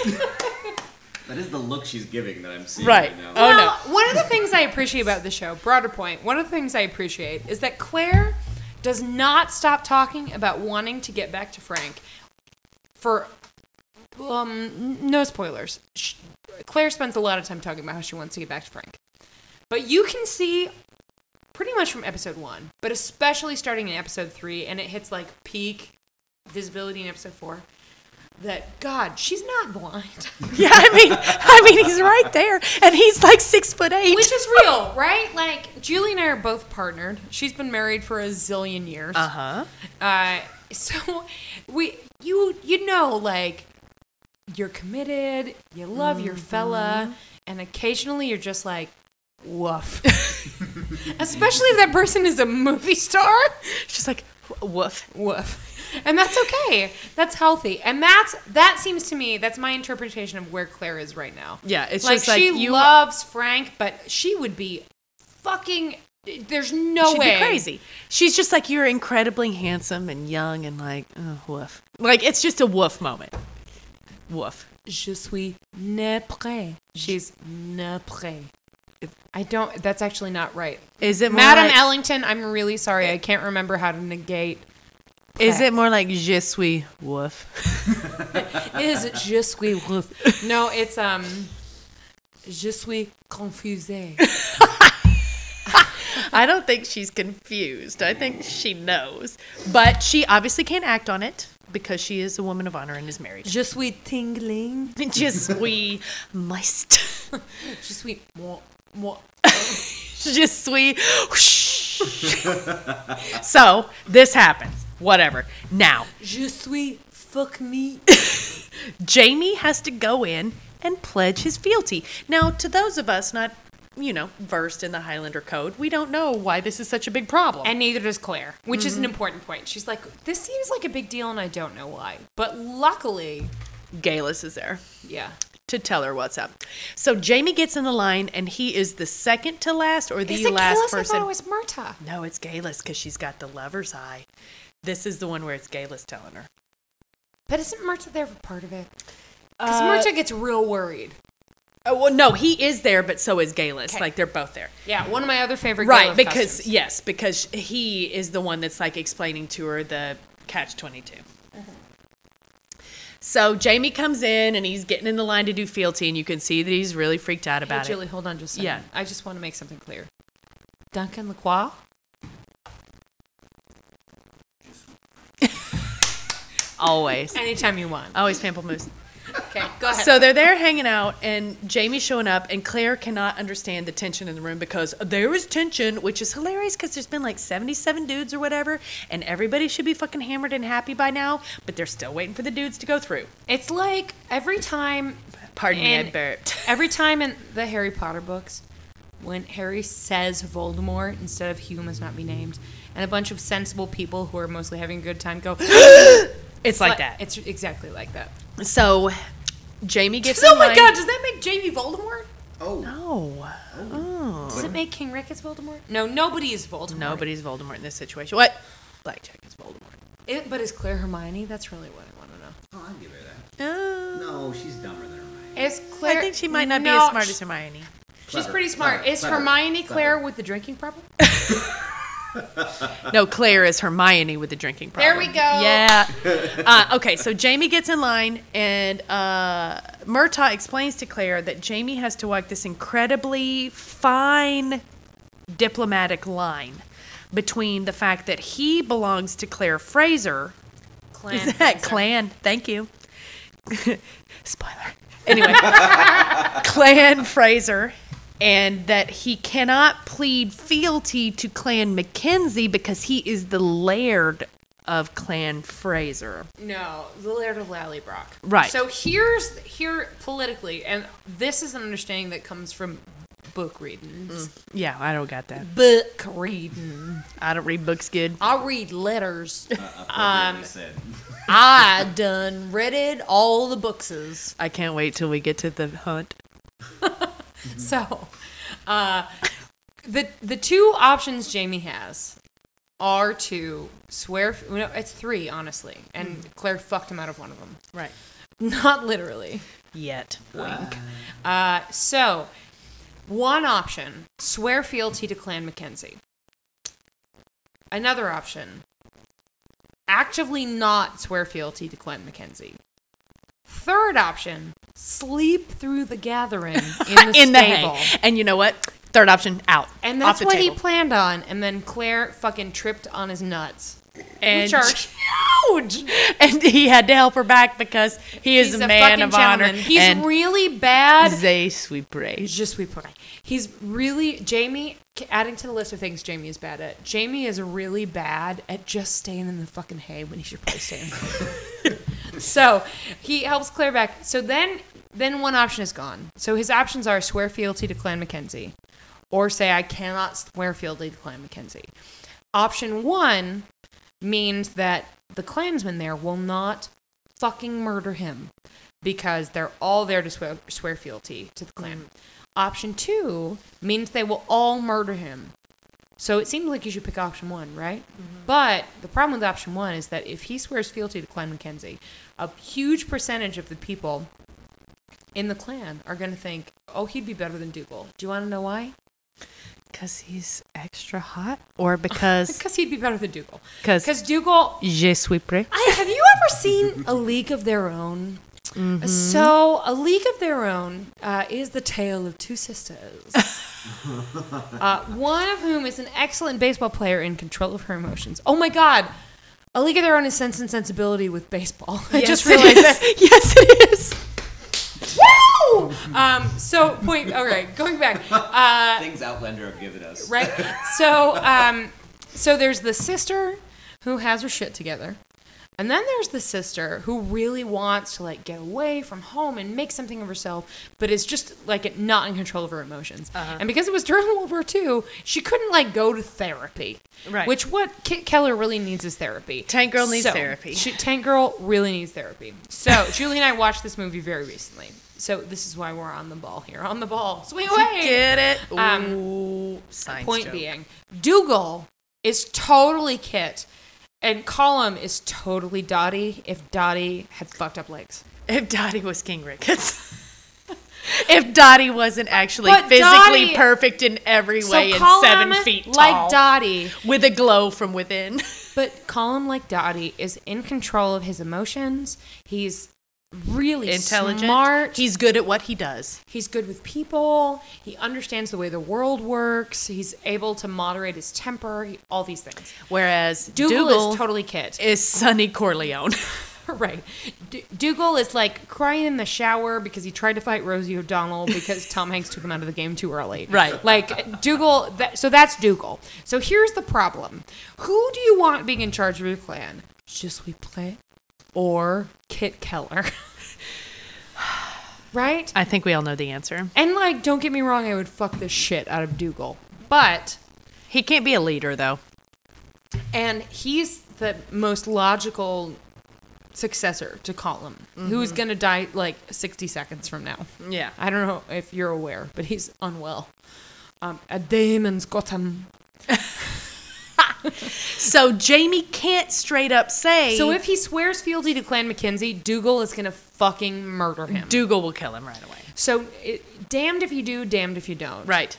A: That is the look she's giving that I'm seeing
C: right?
A: right, now.
C: Oh no.
B: Well, one of the things I appreciate about the show, broader point, one of the things I appreciate is that Claire does not stop talking about wanting to get back to Frank for um n- no spoilers. Sh Claire spends a lot of time talking about how she wants to get back to Frank. But you can see pretty much from episode 1, but especially starting in episode 3 and it hits like peak visibility in episode 4 that god, she's not blind.
C: Yeah, I mean, I mean, he's right there, and he's like six foot eight.
B: Which is real, right? Like Julie and I are both partnered. She's been married for a zillion years.
C: uh huh.
B: Uh, so we, you, you know, like you're committed. You love your fella, and occasionally you're just like, woof. Especially if that person is a movie star,
C: She's like, "Woof."
B: woof. And that's okay. That's healthy. And that's that seems to me that's my interpretation of where Claire is right now
C: Yeah, it's
B: like,
C: just like
B: she
C: you.
B: loves Frank, but she would be fucking. There's no
C: she'd
B: way.
C: be crazy. She's just like you're incredibly handsome and young and like oh, woof. Like it's just a woof moment. Woof.
B: Je suis ne prêt. She's ne prêt. I don't. That's actually not right.
C: Is it more
B: Madam
C: like,
B: Ellington, I'm really sorry. I can't remember how to negate.
C: Is it more like je suis woof?
B: Is it je suis woof? No, it's um. Je suis confusée.
C: I don't think she's confused. I think she knows, but she obviously can't act on it because she is a woman of honor and is married.
B: Je suis tingling.
C: Just we moist.
B: Je suis moi moi.
C: just sweet. so this happens. Whatever. Now,
B: Je suis fuck me.
C: Jamie has to go in and pledge his fealty. Now, to those of us not, you know, versed in the Highlander code, we don't know why this is such a big problem.
B: And neither does Claire, which is an important point. She's like, this seems like a big deal, and I don't know why. But luckily,
C: And Galus is there
B: yeah.
C: to tell her what's up. So Jamie gets in the line, and he is the second to last or the
B: Is it
C: last
B: Kayla? I
C: person.
B: thought it was Murta.
C: no, it's Galus because she's got the lover's eye. This is the one where it's Galus telling her.
B: But isn't Murta there for part of it? Because Murta gets real worried.
C: Oh, well, no, he is there, but so is Galus.
B: 'Kay.
C: Like they're both there.
B: Yeah, one of my other favorite
C: right
B: Kayla
C: because
B: costumes.
C: yes because he is the one that's like explaining to her the catch 22
B: Mm-hmm.
C: so jamie comes in and he's getting in the line to do fealty and you can see that he's really freaked out
B: Hey,
C: about
B: Oh, Julie,
C: it
B: hold on just a second.
C: Yeah.
B: I just want to make something clear. Duncan Lacroix?
C: always
B: Anytime you want.
C: always pample moose
B: Okay, go ahead.
C: so they're there hanging out and jamie's showing up and claire cannot understand the tension in the room because there is tension which is hilarious because there's been like 77 dudes or whatever and everybody should be fucking hammered and happy by now but they're still waiting for the dudes to go through
B: it's like every time
C: pardon me i
B: And-
C: burped
B: Every time in the Harry Potter books, when Harry says Voldemort instead of Hugh must not be named, and a bunch of sensible people who are mostly having a good time go.
C: It's like that.
B: It's exactly like that.
C: So Jamie gets
B: oh
C: in
B: my
C: line-
B: god! Does that make Jamie Voldemort?
A: Oh,
C: No. Oh.
B: Does it make King Rickus Voldemort? No, nobody is Voldemort.
C: Nobody's Voldemort in this situation. What? Blackjack is Voldemort.
B: It, but is Claire Hermione? That's really what I want to know.
A: oh, I give her that.
C: Oh.
A: No, she's dumber than Hermione.
B: Is Claire?
C: I think she might not be
B: No,
C: as smart
B: sh-
C: as Hermione.
B: She's
A: Clever,
B: pretty smart.
A: clever,
B: Is
A: clever,
B: Hermione
A: clever.
B: Claire with the drinking problem?
C: Uh, No, Claire is Hermione with the drinking problem.
B: There we go.
C: Yeah. Uh, okay, so Jamie gets in line, and uh, Murtaugh explains to Claire that Jamie has to walk this incredibly fine diplomatic line between the fact that he belongs to Claire Fraser.
B: Clan
C: Is that
B: Fraser.
C: Clan? Thank you. Spoiler. Anyway, Clan Fraser, and that he cannot plead fealty to Clan Mackenzie because he is the laird of Clan Fraser.
B: No, the Laird of Lallybrock.
C: Right.
B: So here's here politically, and this is an understanding that comes from book reading.
C: Yeah, I don't got that.
B: Book reading.
C: I don't read books good.
B: I read letters.
A: Um, said.
B: I done readed all the bookses.
C: I can't wait till we get to the hunt.
B: So, uh, the the two options Jamie has are to swear. No, it's three, honestly. And Claire fucked him out of one of them.
C: Right.
B: Not literally.
C: Yet.
B: Uh, so, one option swear fealty to Clan Mackenzie. Another option actively not swear fealty to Clan Mackenzie. Third option sleep through the gathering in the
C: in the
B: stable.
C: hay. And you know what? Third option out.
B: And
C: Off
B: that's
C: the
B: what
C: table.
B: he planned on. And then Claire fucking tripped on his nuts.
C: and
B: Which are huge.
C: and he had to help her back because he is
B: He's
C: a,
B: a
C: man
B: fucking
C: of honor.
B: gentleman. He's
C: and
B: really bad
C: they sweep rage.
B: Je suis prêt. He's really Jamie. Adding to the list of things Jamie is bad at, Jamie is really bad at just staying in the fucking hay when he should probably stay in. the- so he helps Claire back. So then, then one option is gone. So his options are swear fealty to Clan Mackenzie, or say I cannot swear fealty to Clan Mackenzie. Option one means that the clansmen there will not fucking murder him because they're all there to swear, swear fealty to the clan. Option two means they will all murder him. So it seems like you should pick option one, right? But the problem with option one is that if he swears fealty to Clan Mackenzie, a huge percentage of the people in the clan are going to think, oh, he'd be better than Dougal. Do you want to know why?
C: Because he's extra hot, or because
B: Because he'd be better than Dougal.
C: because
B: Because Dougal
C: je suis prêt.
B: I, have you ever seen A League of Their Own? So, A League of Their Own uh, is the tale of two sisters, uh, one of whom is an excellent baseball player in control of her emotions. Oh my God, A League of Their Own is Sense and Sensibility with baseball. I just realized that.
C: yes, it is.
B: Woo! Um, so, point. All right, going back. Uh,
A: Things Outlander have given us.
B: right? So, um, so there's the sister who has her shit together, and then there's the sister who really wants to like get away from home and make something of herself, but is just like not in control of her emotions.
C: Uh-huh.
B: And because it was during World War II, she couldn't like go to therapy,
C: Right.
B: Which what Kit Keller really needs is therapy.
C: Tank Girl needs therapy.
B: She, Tank Girl really needs therapy. So Julie and I watched this movie very recently. So this is why we're on the ball here. On the ball. Swing away.
C: Get it?
B: Um,
C: Ooh, science
B: Point
C: joke.
B: being, Dougal is totally Kit, and Colum is totally Dottie if Dottie had fucked up legs.
C: if Dottie was King Ricketts. If Dottie wasn't actually
B: But
C: physically
B: Dottie-
C: perfect in every way and
B: Colum,
C: seven feet tall,
B: like Dottie,
C: with a glow from within,
B: but Colum, like Dottie, is in control of his emotions. He's really
C: intelligent,
B: smart.
C: he's good at what he does.
B: He's good with people. He understands the way the world works. He's able to moderate his temper. he- all these things.
C: Whereas
B: Dougal,
C: Dougal,
B: is totally Kit.
C: is Sonny Corleone.
B: Right. D- Dougal is like crying in the shower because he tried to fight Rosie O'Donnell because Tom Hanks took him out of the game too early.
C: Right.
B: Like Dougal. That, so that's Dougal. So here's the problem: Who do you want being in charge of your clan? Just we play, or Kit Keller? right?
C: I think we all know the answer.
B: And like, don't get me wrong, I would fuck the shit out of Dougal, but
C: He can't be a leader though.
B: and he's the most logical successor to Colum, who's gonna die like 60 seconds from now.
C: Yeah.
B: I don't know if you're aware, but he's unwell. Um, a demon's got him.
C: So Jamie can't straight up say
B: So if he swears fealty to Clan Mackenzie, Dougal is gonna fucking murder him.
C: Dougal will kill him right away.
B: so it, damned if you do, damned if you don't.
C: Right.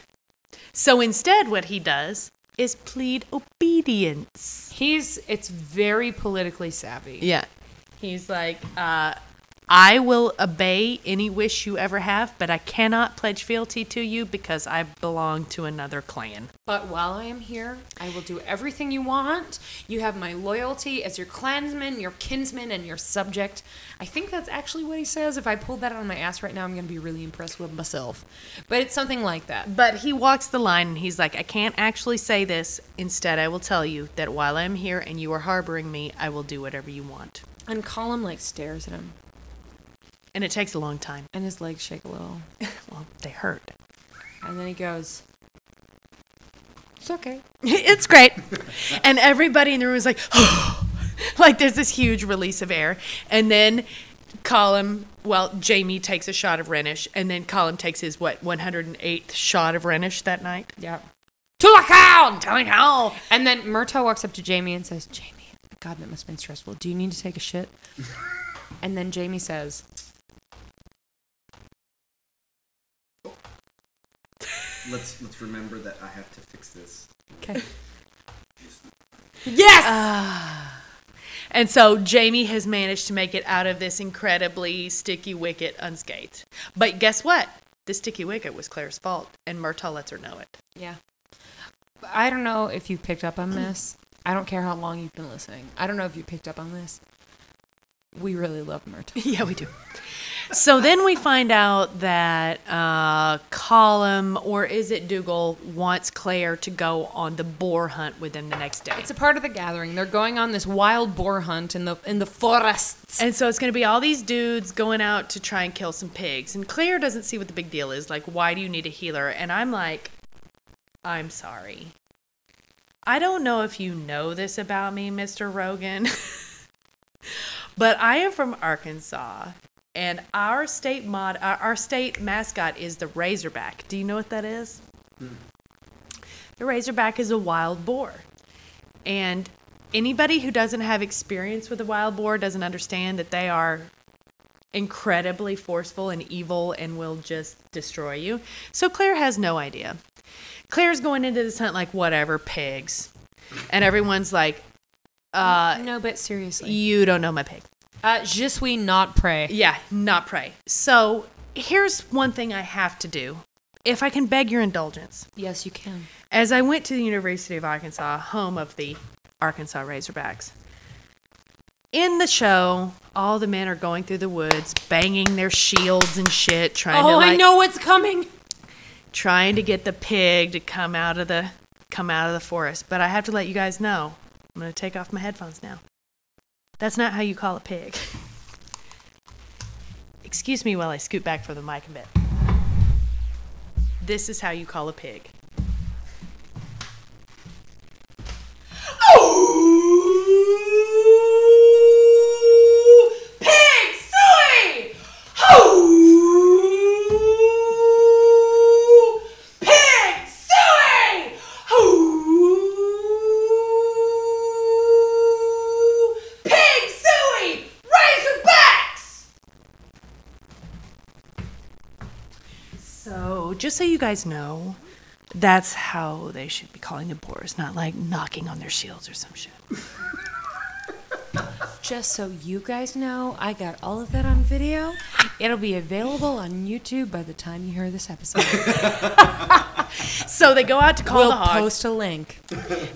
C: So instead what he does is plead obedience.
B: He's it's very politically savvy.
C: Yeah. He's like, uh, I will obey any wish you ever have, but I cannot pledge fealty to you because I belong to another clan.
B: But while I am here, I will do everything you want. You have my loyalty as your clansman, your kinsman, and your subject. I think that's actually what he says. If I pulled that out of my ass right now, I'm going to be really impressed with myself. But it's something like that.
C: But he walks the line and he's like, I can't actually say this. Instead, I will tell you that while I'm here and you are harboring me, I will do whatever you want.
B: And Colin, like, stares at him,
C: And it takes a long time.
B: and his legs shake a little.
C: Well, they hurt.
B: And then he goes, It's okay.
C: it's great. And everybody in the room is like, like there's this huge release of air. And then Colum, well, Jamie takes a shot of Rhenish. And then Colum takes his, what, 108th shot of Rhenish that night?
B: Yep. To the count!
C: Telling how?
B: And then Murtaugh walks up to Jamie and says, Jamie, God, that must have been stressful. Do you need to take a shit? and then Jamie says,
A: Let's let's remember that I have to fix this.
B: Okay. Yes!
C: Ah. And so Jamie has managed to make it out of this incredibly sticky wicket unscathed. But guess what? The sticky wicket was Claire's fault, and Murtaugh lets her know it.
B: yeah. I don't know if you picked up on this. I don't care how long you've been listening. I don't know if you picked up on this. We really love Murtaugh.
C: Yeah, we do. So then we find out that uh, Colum, or is it Dougal, wants Claire to go on the boar hunt with them the next day.
B: It's a part of the gathering. They're going on this wild boar hunt in the in the forests.
C: And so it's going to be all these dudes going out to try and kill some pigs. And Claire doesn't see what the big deal is. Like, why do you need a healer? And I'm like, I'm sorry. I don't know if you know this about me, Mr. Rogan, but I am from Arkansas. And our state mod, our, our state mascot is the Razorback. Do you know what that is? The Razorback is a wild boar. And anybody who doesn't have experience with a wild boar doesn't understand that they are incredibly forceful and evil and will just destroy you. So Claire has no idea. Claire's going into this hunt like, whatever, pigs. And everyone's like, uh,
B: no, but seriously.
C: you don't know my pig.
B: Uh, je suis not prey.
C: Yeah, not pray. So here's one thing I have to do. If I can beg your indulgence.
B: Yes, you can.
C: As I went to the University of Arkansas, home of the Arkansas Razorbacks, in the show, all the men are going through the woods, banging their shields and shit, trying to
B: Oh, I
C: like,
B: know what's coming.
C: trying to get the pig to come out of the come out of the forest. But I have to let you guys know, I'm gonna take off my headphones now. That's not how you call a pig. Excuse me while I scoot back for the mic a bit. This is how you call a pig. Pig suey! Ho! Pig suey! Ho! Pig suey! Razorbacks! So, just so you guys know, that's how they should be calling the boars, not like knocking on their shields or some shit.
B: Just so you guys know, I got all of that on video. It'll be available on YouTube by the time you hear this episode.
C: So they go out to call
B: we'll
C: the hogs.
B: post a link.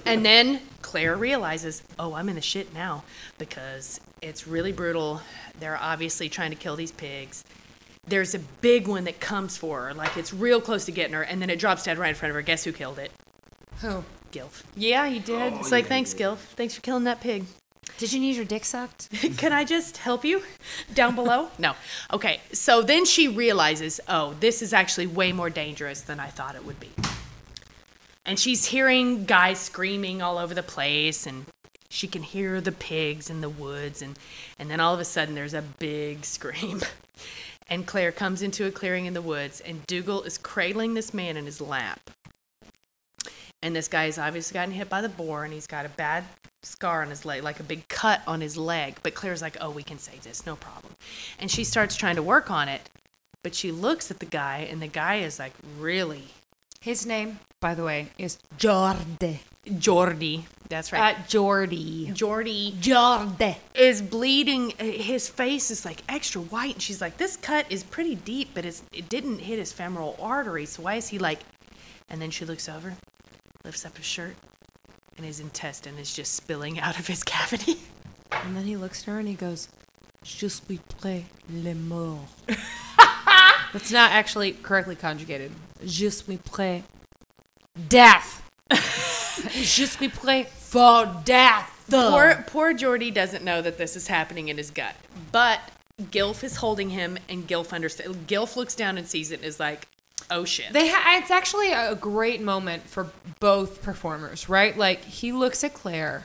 C: And then Claire realizes, oh, I'm in the shit now because it's really brutal. They're obviously trying to kill these pigs. There's a big one that comes for her, like it's real close to getting her, and then it drops dead right in front of her. Guess who killed it?
B: Who?
C: Gilf.
B: Yeah, he did.
C: It's like, thanks, Gilf. Thanks for killing that pig.
B: Did you need your dick sucked?
C: Can I just help you down below? no. Okay. So then she realizes, oh, this is actually way more dangerous than I thought it would be. And she's hearing guys screaming all over the place and she can hear the pigs in the woods and and then all of a sudden there's a big scream. And Claire comes into a clearing in the woods and Dougal is cradling this man in his lap. And this guy has obviously gotten hit by the boar and he's got a bad scar on his leg, like a big cut on his leg. But Claire's like, oh, we can save this, no problem. And she starts trying to work on it. But she looks at the guy and the guy is like, really?
B: His name, by the way, is Jordi.
C: Jordy. That's
B: Uh,
C: right.
B: Jordi.
C: Jordy
B: Jordi.
C: is bleeding. Uh, His face is like extra white. And she's like, this cut is pretty deep, but it's, it didn't hit his femoral artery. So why is he like. And then she looks over, lifts up his shirt, and his intestine is just spilling out of his cavity.
B: And then he looks at her and he goes, Je suis prêt le mort. That's not actually correctly conjugated. Je suis prêt death. Je suis prêt for death.
C: Poor, poor Jordy doesn't know that this is happening in his gut, but Gilf is holding him, and Gilf understands. Gilf looks down and sees it and is like, "Oh shit!"
B: They ha- it's actually a great moment for both performers, right? Like he looks at Claire,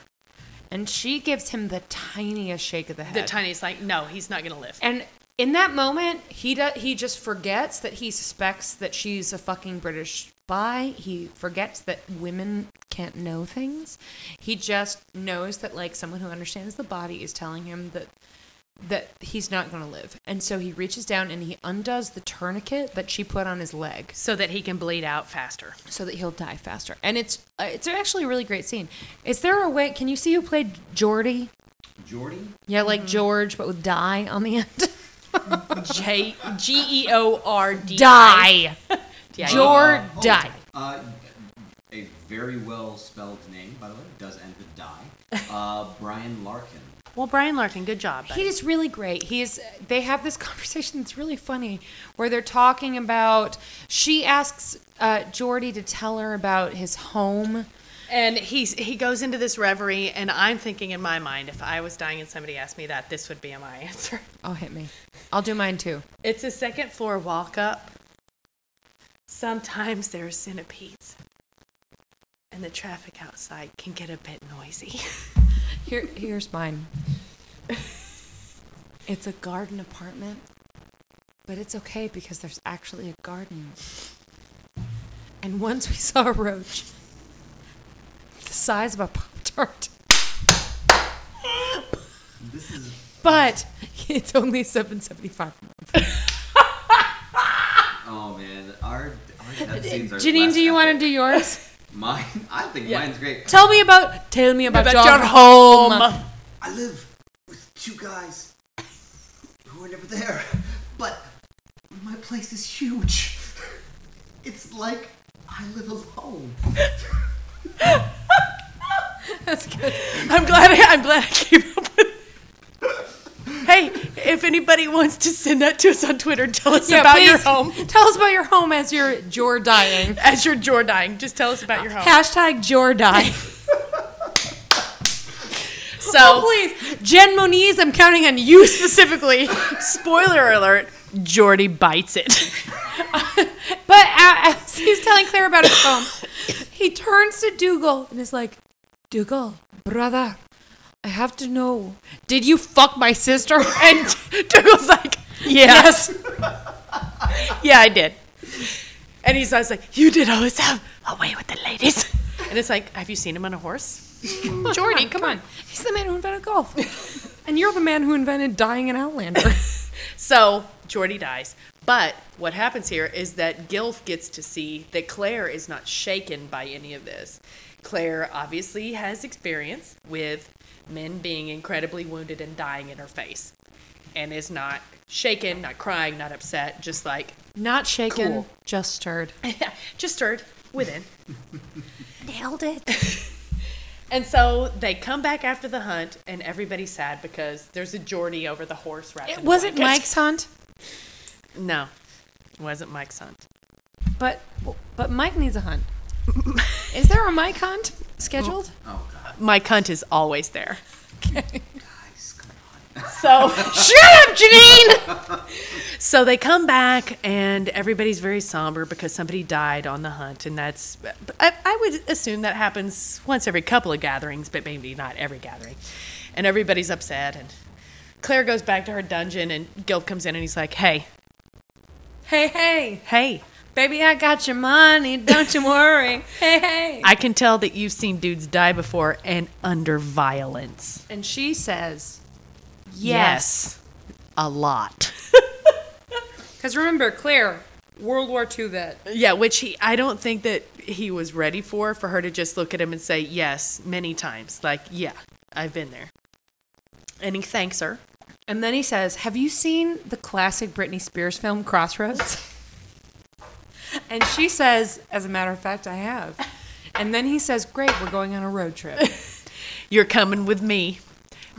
B: and she gives him the tiniest shake of the head.
C: the tiny's like, "No, he's not gonna live."
B: and in that moment, he do- he just forgets that he suspects that she's a fucking British spy. He forgets that women can't know things. He just knows that like someone who understands the body is telling him that that he's not going to live. And so he reaches down and he undoes the tourniquet that she put on his leg
C: So that he can bleed out faster.
B: so that he'll die faster. And it's uh, it's actually a really great scene. Is there a way? Can you see who played Geordie?
A: Jordy?
B: Yeah, like George, but with die on the end.
C: J G E O R D
B: die,
C: Yeah,
B: George,
A: Oh,
B: die.
A: Uh, a very well spelled name, by the way. Does end with die. Uh, Brian Larkin.
C: Well, Brian Larkin, good job. buddy.
B: He is really great. He is. They have this conversation that's really funny, where they're talking about. She asks uh, Geordie to tell her about his home.
C: And he's he goes into this reverie, and I'm thinking in my mind, if I was dying and somebody asked me that, this would be my answer.
B: Oh, hit me! I'll do mine too.
C: It's a second floor walk up. Sometimes there are centipedes. And the traffic outside can get a bit noisy.
B: Here, here's mine. It's a garden apartment, but it's okay because there's actually a garden. And once we saw a roach, the size of a pop tart,
A: This is
B: but it's only seven seventy five.
A: oh man, our our death scenes are.
B: Uh, Janine,
A: less
B: do you want to
A: epic.
B: do yours?
A: mine? I think mine's great.
B: Tell me about. Tell me about,
C: About
B: your,
C: your
B: home.
A: I live with two guys who are never there, but my place is huge. It's like I live alone.
B: That's good.
C: I'm glad I, I'm glad I came up with Hey, if anybody wants to send that to us on Twitter, tell us about your
B: please
C: home.
B: Tell us about your home as you're you're dying.
C: As you're jaw dying, just tell us about your home.
B: Hashtag you're dying.
C: So
B: Oh, please. Jen Moniz, I'm counting on you specifically.
C: spoiler alert, Jordy bites it.
B: But a- as he's telling Claire about his home, he turns to Dougal and is like, Dougal, brother, I have to know, did you fuck my sister?
C: And Dougal's like, yes. yeah, I did. And he's always like, you did always have a way with the ladies. And it's like, have you seen him on a horse?
B: Jordy, come on. He's the man who invented golf. and you're the man who invented dying in Outlander.
C: So Jordy dies. But what happens here is that Gilf gets to see that Claire is not shaken by any of this. Claire obviously has experience with men being incredibly wounded and dying in her face and is not shaken, not crying, not upset, just like,
B: Not shaken,
C: Cool.
B: just stirred.
C: just stirred within.
B: Nailed it.
C: And so they come back after the hunt, and everybody's sad because there's a Geordie over the horse wrapped. in a
B: Was it
C: blanket.
B: Mike's hunt?
C: No, it wasn't Mike's hunt.
B: But but Mike needs a hunt. Is there a Mike hunt scheduled?
A: Oh god.
C: Mike Hunt is always there.
B: Okay.
A: Guys, come on.
B: So shut up, Janine.
C: So they come back, and everybody's very somber because somebody died on the hunt, and that's I, I would assume that happens once every couple of gatherings, but maybe not every gathering. And everybody's upset, and Claire goes back to her dungeon, and Gilf comes in, and he's like, "Hey,
B: Hey, hey,
C: hey,
B: baby, I got your money. Don't you worry. Hey, hey.
C: I can tell that you've seen dudes die before and under violence.
B: And she says,
C: Yes, a lot."
B: Because remember, Claire, World War II vet.
C: Yeah, which he I don't think that he was ready for for her to just look at him and say yes many times. Like, yeah, I've been there. And he thanks her.
B: And then he says, Have you seen the classic Britney Spears film, Crossroads? and she says, As a matter of fact, I have. And then he says, Great, we're going on a road trip.
C: You're coming with me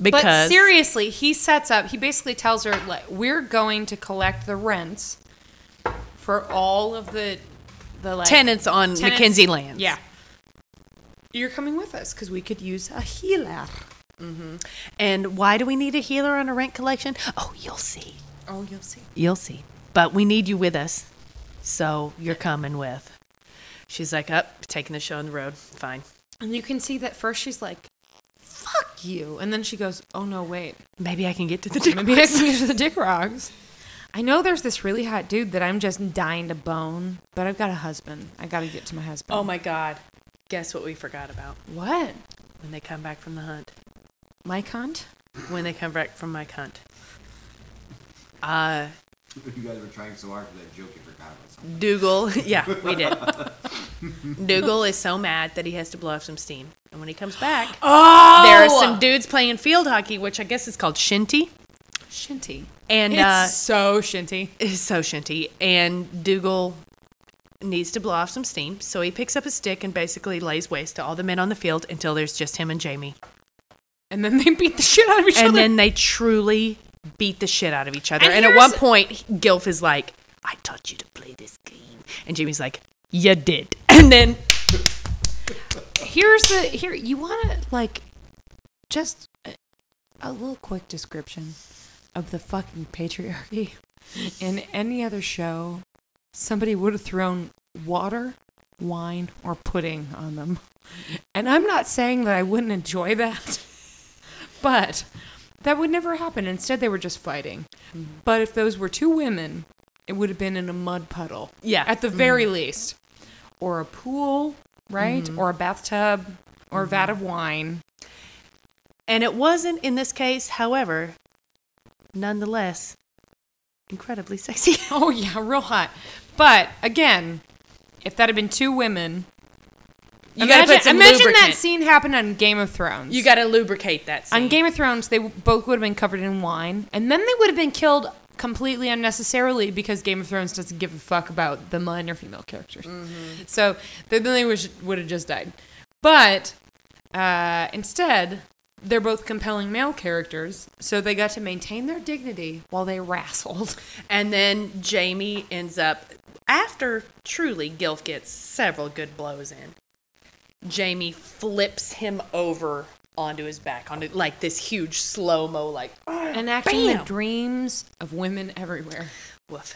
C: because
B: But seriously, he sets up, he basically tells her, like, We're going to collect the rents for all of the, the like,
C: tenants on
B: tenants-
C: Mackenzie lands.
B: Yeah. You're coming with us because we could use a healer.
C: And why do we need a healer on a rent collection? Oh, you'll see.
B: Oh, you'll see.
C: You'll see. But we need you with us. So you're coming with. She's like, up, taking the show on the road. Fine.
B: And you can see that first she's like, fuck you. And then she goes, oh no, wait.
C: Maybe I can get to the dick.
B: Maybe I can get to the dick rocks. I know there's this really hot dude that I'm just dying to bone, but I've got a husband. I got to get to my husband.
C: Oh my God. Guess what we forgot about
B: What?
C: when they come back from the hunt?
B: My cunt?
C: when they come back from my cunt. Uh,
A: You guys were trying so hard for that joke, you forgot about something.
C: Dougal, yeah, we did. Dougal is so mad that he has to blow off some steam. And when he comes back,
B: Oh!
C: there are some dudes playing field hockey, which I guess is called shinty.
B: Shinty.
C: And
B: it's
C: uh,
B: so shinty.
C: it's so shinty. And Dougal needs to blow off some steam. So he picks up a stick and basically lays waste to all the men on the field until there's just him and Jamie.
B: And then they beat the shit out of each
C: and
B: other.
C: then they truly beat the shit out of each other.
B: And
C: And, at
B: here's-
C: one point, Gilf is like, "I taught you to play this game," and Jamie's like, "You did." And then
B: here's the here you want to like just a, a little quick description of the fucking patriarchy in any other show somebody would have thrown water wine or pudding on them and i'm not saying that i wouldn't enjoy that but that would never happen instead they were just fighting but if those were two women it would have been in a mud puddle
C: Yeah.
B: at the very
C: Mm.
B: least or a pool, right? Or a bathtub or a vat of
C: Mm.
B: wine.
C: and it wasn't in this case, however, nonetheless, incredibly sexy.
B: Oh, yeah, real hot. But again, if that had been two women,
C: You gotta
B: imagine,
C: put some
B: imagine that
C: lubricant.
B: scene happened on Game of Thrones.
C: got to lubricate that.
B: on Game of Thrones, they w- both would have been covered in wine, and then they would have been killed completely unnecessarily because Game of Thrones doesn't give a fuck about the male or female characters. So then they would have just died. But uh, instead, they're both compelling male characters, so they got to maintain their dignity while they wrestled.
C: And then Jamie ends up after truly Gilf gets several good blows in. Jamie flips him over onto his back onto like this huge slow mo like ah,
B: And acting the
C: Bam!
B: dreams of women everywhere.
C: woof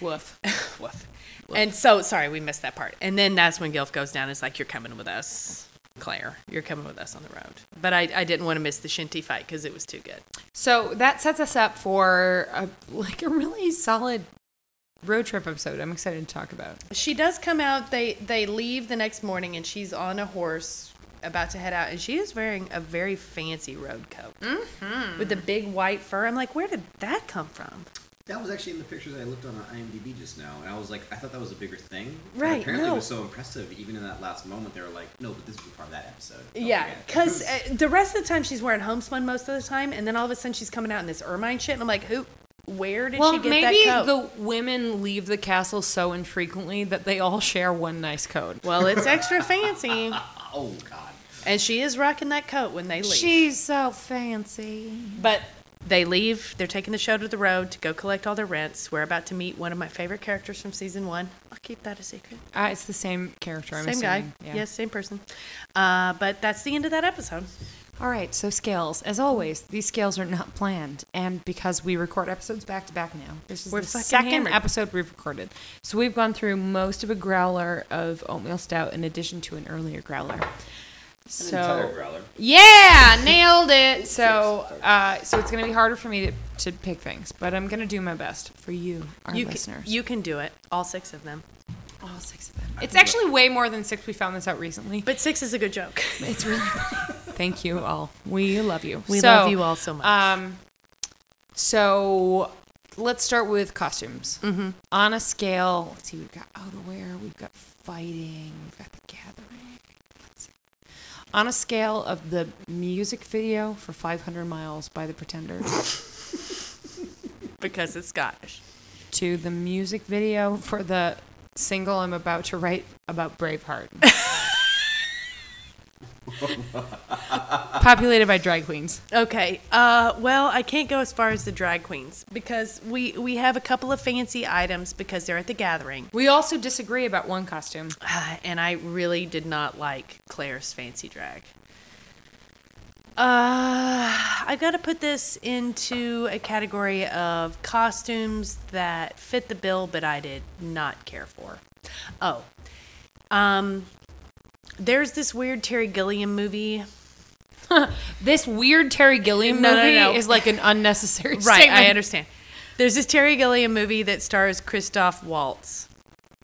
B: Woof.
C: woof. And so sorry we missed that part. And then that's when Gilf goes down. It's like you're coming with us, Claire. You're coming with us on the road. But I, I didn't want to miss the Shinty fight because it was too good.
B: So that sets us up for a, like a really solid road trip episode. I'm excited to talk about.
C: she does come out they they leave the next morning and she's on a horse about to head out and she is wearing a very fancy road coat with the big white fur i'm like where did that come from
A: That was actually in the pictures I looked on on IMDb just now, and I was like, I thought that was a bigger thing. And
C: Right,
A: apparently,
C: no.
A: it was so impressive. Even in that last moment, they were like, "No, but this was part of that episode." Don't
C: yeah
A: forget."
C: because uh, the rest of the time she's wearing homespun most of the time and then all of a sudden she's coming out in this ermine shit and i'm like who where did she get
B: maybe
C: that coat
B: the women leave the castle so infrequently that they all share one nice coat.
C: well it's extra fancy
A: Oh God.
C: and she is rocking that coat when they leave
B: She's so fancy.
C: But they leave. They're taking the show to the road to go collect all their rents. We're about to meet one of my favorite characters from season one. I'll keep that a secret.
B: Uh, it's the same character. I'm
C: same guy.
B: assuming. Yeah.
C: Yes, same person. Uh, but that's the end of that episode.
B: All right, so scales. As always, these scales are not planned, and because we record episodes back to back now, this is
C: We're
B: the
C: fucking
B: second
C: hammered.
B: episode we've recorded. So we've gone through most of a growler of oatmeal stout, in addition to an earlier growler. So
A: entire growler.
B: yeah, nailed it. So uh, so it's gonna be harder for me to, to pick things, but I'm gonna do my best for you, our
C: You can,
B: listeners.
C: you can do it. All six of them.
B: All six of them. It's actually way more than six. We found this out recently.
C: But six is a good joke.
B: It's really thank you all. We love you.
C: We love you all so uh, much.
B: Um, so let's start with costumes. Mm-hmm. On a scale, let's see, we've got outerwear, we've got fighting, we've got the gathering. Let's see. On a scale of the music video for 500 Miles by the Pretenders
C: because it's Scottish.
B: to the music video for the single I'm about to write about Braveheart. Populated by drag queens.
C: Okay. Uh, well, I can't go as far as the drag queens because we we have a couple of fancy items because they're at the gathering,
B: We also disagree about one costume.
C: Ah, and I really did not like Claire's fancy drag. Uh, I've got to put this into a category of costumes that fit the bill, but I did not care for. Oh, um, there's this weird Terry Gilliam movie
B: This weird Terry Gilliam
C: No, no,
B: movie
C: no.
B: is like an unnecessary
C: Right,
B: statement.
C: I understand. There's this Terry Gilliam movie that stars Christoph Waltz.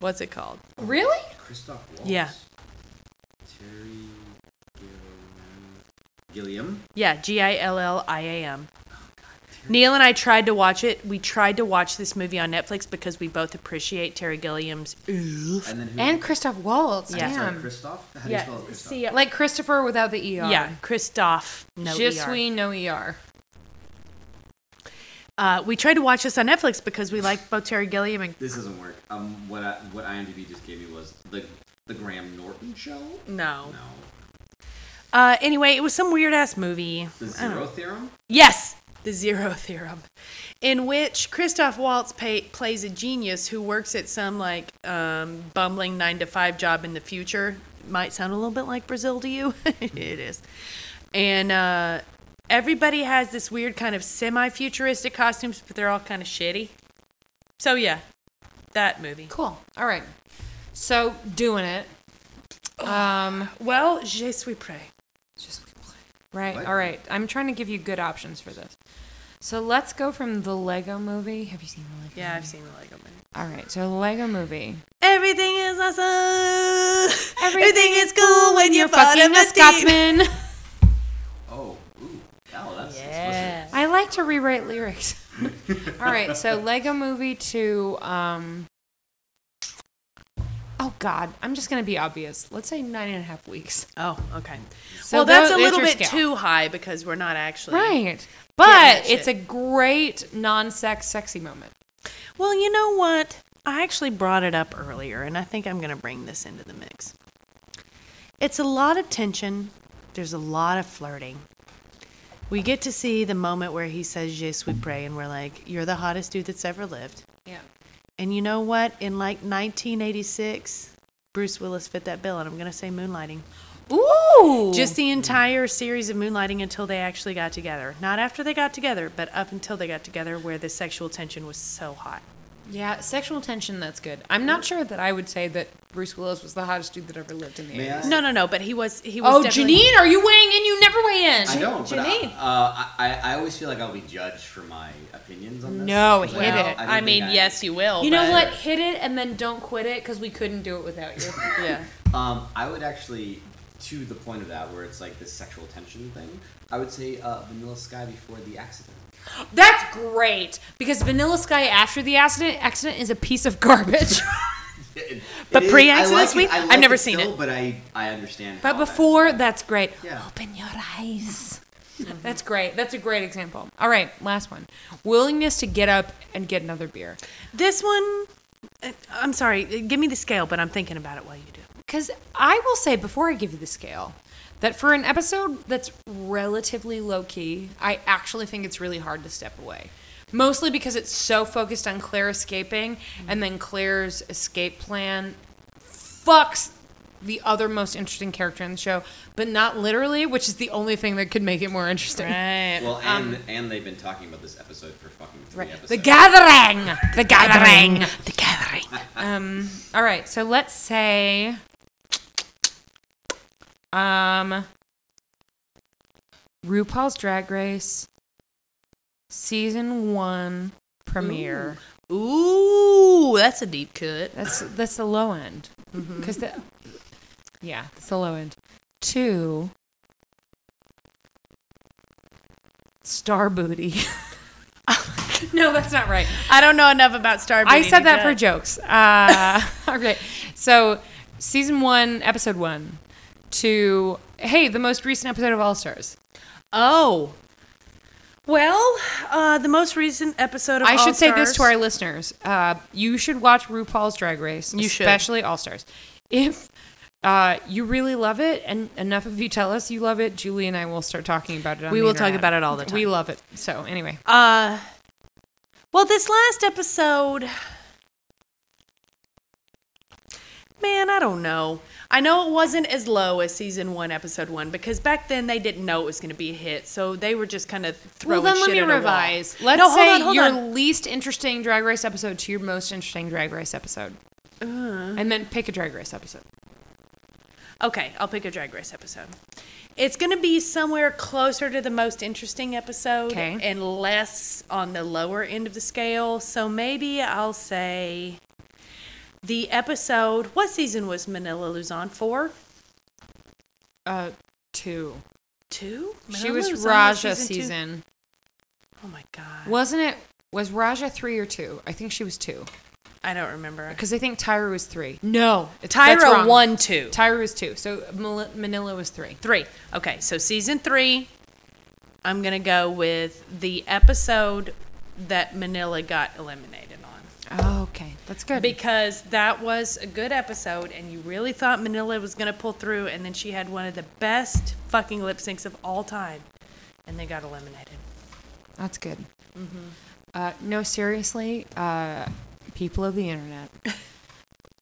C: What's it called?
B: Really?
A: Christoph Waltz.
C: Yeah.
A: Terry Gilliam.
C: Yeah, G I L L I A M. Neil and I tried to watch it. We tried to watch this movie on Netflix because we both appreciate Terry Gilliam's. Oof.
A: And then who?
B: And Christoph Waltz.
C: Yeah.
A: Mm. Sorry,
B: Damn.
A: Christoph. How do you
C: Yeah,
A: spell it? Christoph?
C: see, like
B: Like Christopher without the ER.
C: yeah, Christoph. No
B: Je
C: ER.
B: suis no ER.
C: Uh, we tried to watch this on Netflix because we like both Terry Gilliam and
A: This doesn't work. Um, what I, what IMDb just gave me was the the Graham Norton show.
C: no.
A: No,
C: Uh, anyway, it was some weird ass movie.
A: the Zero Theorem.
C: Yes, the zero theorem, in which Christoph Waltz pay, plays a genius who works at some like um, bumbling nine to five job in the future. Might sound a little bit like Brazil to you. it is. And uh, everybody has this weird kind of semi futuristic costumes, but they're all kind of shitty. So, yeah, that movie.
B: Cool. All right. So doing it. Um.
C: Well, Je suis prêt.
B: Just right.
A: What?
B: All right. I'm trying to give you good options for this. So let's go from the Lego Movie. Have you seen the Lego?
C: Yeah, I've
B: Movie?
C: seen the Lego movie.
B: All right. So the Lego Movie.
C: Everything is awesome. Everything,
B: Everything
C: is cool when you're part of
B: fucking
C: a team.
B: Scotsman.
A: Oh, ooh, oh, that's
C: Yeah.
B: I like to rewrite lyrics. All right, so Lego Movie to um. Oh God, I'm just gonna be obvious. Let's say nine and a half weeks.
C: Oh, okay.
B: So
C: well, that's
B: tho-
C: a little
B: your
C: bit
B: scale.
C: too high because we're not actually.
B: right,
C: that
B: but it's a
C: shit.
B: great non-sex sexy moment.
C: Well, you know what? I actually brought it up earlier, and I think I'm going to bring this into the mix. It's a lot of tension. There's a lot of flirting. We get to see the moment where he says "Je suis prêt," and we're like, "You're the hottest dude that's ever lived."
B: Yeah.
C: And you know what? In like 1986, Bruce Willis fit that bill, and I'm going to say "Moonlighting."
B: Ooh.
C: Just the entire series of moonlighting until they actually got together. Not after they got together, but up until they got together, where the sexual tension was so hot.
B: yeah, sexual tension. That's good. I'm not sure that I would say that Bruce Willis was the hottest dude that ever lived in the
A: May I?
B: 80s.
C: No, no, no. But he was. He was.
B: Oh,
C: definitely-
B: Janine, are you weighing in? You never weigh in.
A: I don't. But I,
B: Janine.
A: uh, I I always feel like I'll be judged for my opinions on this.
B: No,
A: 'cause Oh, I
B: hit
A: don't-
B: it.
A: don't
C: I,
A: think
C: mean, yes, you will.
B: You know
C: but-
B: what? Hit it and then don't quit it because we couldn't do it without you.
C: Yeah.
A: Um, I would actually, to the point of that, where it's like this sexual tension thing. I would say uh, Vanilla Sky before the accident.
B: That's great because Vanilla Sky after the accident accident is a piece of garbage.
A: It-
C: But
A: it is-
C: pre-accident
A: I like
C: this week?
A: it- I
C: I've
A: like
C: never
A: it
C: seen
A: still,
C: it.
A: But I I understand.
B: but
A: how that-
B: before, that's great.
A: Yeah.
B: Open your eyes. That's great. That's a great example. All right, last one. Willingness to get up and get another beer.
C: This one. uh, I'm sorry. uh, Give me the scale, but I'm thinking about it while you do.
B: Because I will say, before I give you the scale, that for an episode that's relatively low key, I actually think it's really hard to step away. Mostly because it's so focused on Claire escaping, and then Claire's escape plan fucks the other most interesting character in the show, but not literally, which is the only thing that could make it more interesting.
C: Right.
D: Well, and and they've been talking about this episode for fucking three
B: Right.
D: episodes.
B: The gathering. The gathering.
C: The gathering.
B: um. All right. So let's say. Um. RuPaul's Drag Race, season one premiere.
C: Ooh, that's a deep cut.
B: That's that's the low end. Because the yeah, that's the low end. Two. Star booty. no, that's not right.
C: I don't know enough about Star.
B: I
C: Beauty
B: said
C: to
B: that for
C: judge.
B: jokes. Uh, okay, so season one, episode one, to hey, the most recent episode of All Stars.
C: Oh. Well, uh, the most recent episode of
B: I
C: All
B: should say this to
C: Stars-
B: our listeners: uh, you should watch RuPaul's Drag Race,
C: You should.
B: especially All Stars. If uh, you really love it, and enough of you tell us you love it, Julie and I will start talking about it. On
C: We
B: the
C: will talk
B: internet.
C: about it all the
B: We
C: time.
B: love it. So anyway,
C: Uh, well, this last episode, man, I don't know. I know it wasn't as low as season one, episode one, because back then they didn't know it was going to be a hit, so they were just kind of
B: well
C: throwing.
B: then let
C: shit
B: me
C: at a wall.
B: revise. Let's
C: No, hold
B: say
C: on, hold
B: your
C: on.
B: least interesting Drag Race episode to your most interesting Drag Race episode,
C: Uh.
B: and then pick a Drag Race episode.
C: Okay, I'll pick a Drag Race episode. It's going to be somewhere closer to the most interesting episode
B: 'Kay.
C: and less on the lower end of the scale. So maybe I'll say the episode. What season was Manila Luzon for?
B: Uh, two.
C: Two?
B: she
C: Manila
B: was
C: Luzon
B: Raja
C: two?
B: season.
C: Oh my God.
B: Wasn't it? Was Raja three or two? I think she was
C: Ah.
B: two.
C: I don't remember.
B: Because I think Tyra was three. No, it's, that's
C: Tyra
B: wrong.
C: won two.
B: Tyra was two. So Mal- Manila was three.
C: Three. Okay, so season three, I'm going to go with the episode that Manila got eliminated on.
B: Oh, okay, that's good.
C: because that was a good episode and you really thought Manila was going to pull through and then she had one of the best fucking lip syncs of all time and they got eliminated.
B: that's good. Uh, no, seriously, uh, people of the internet,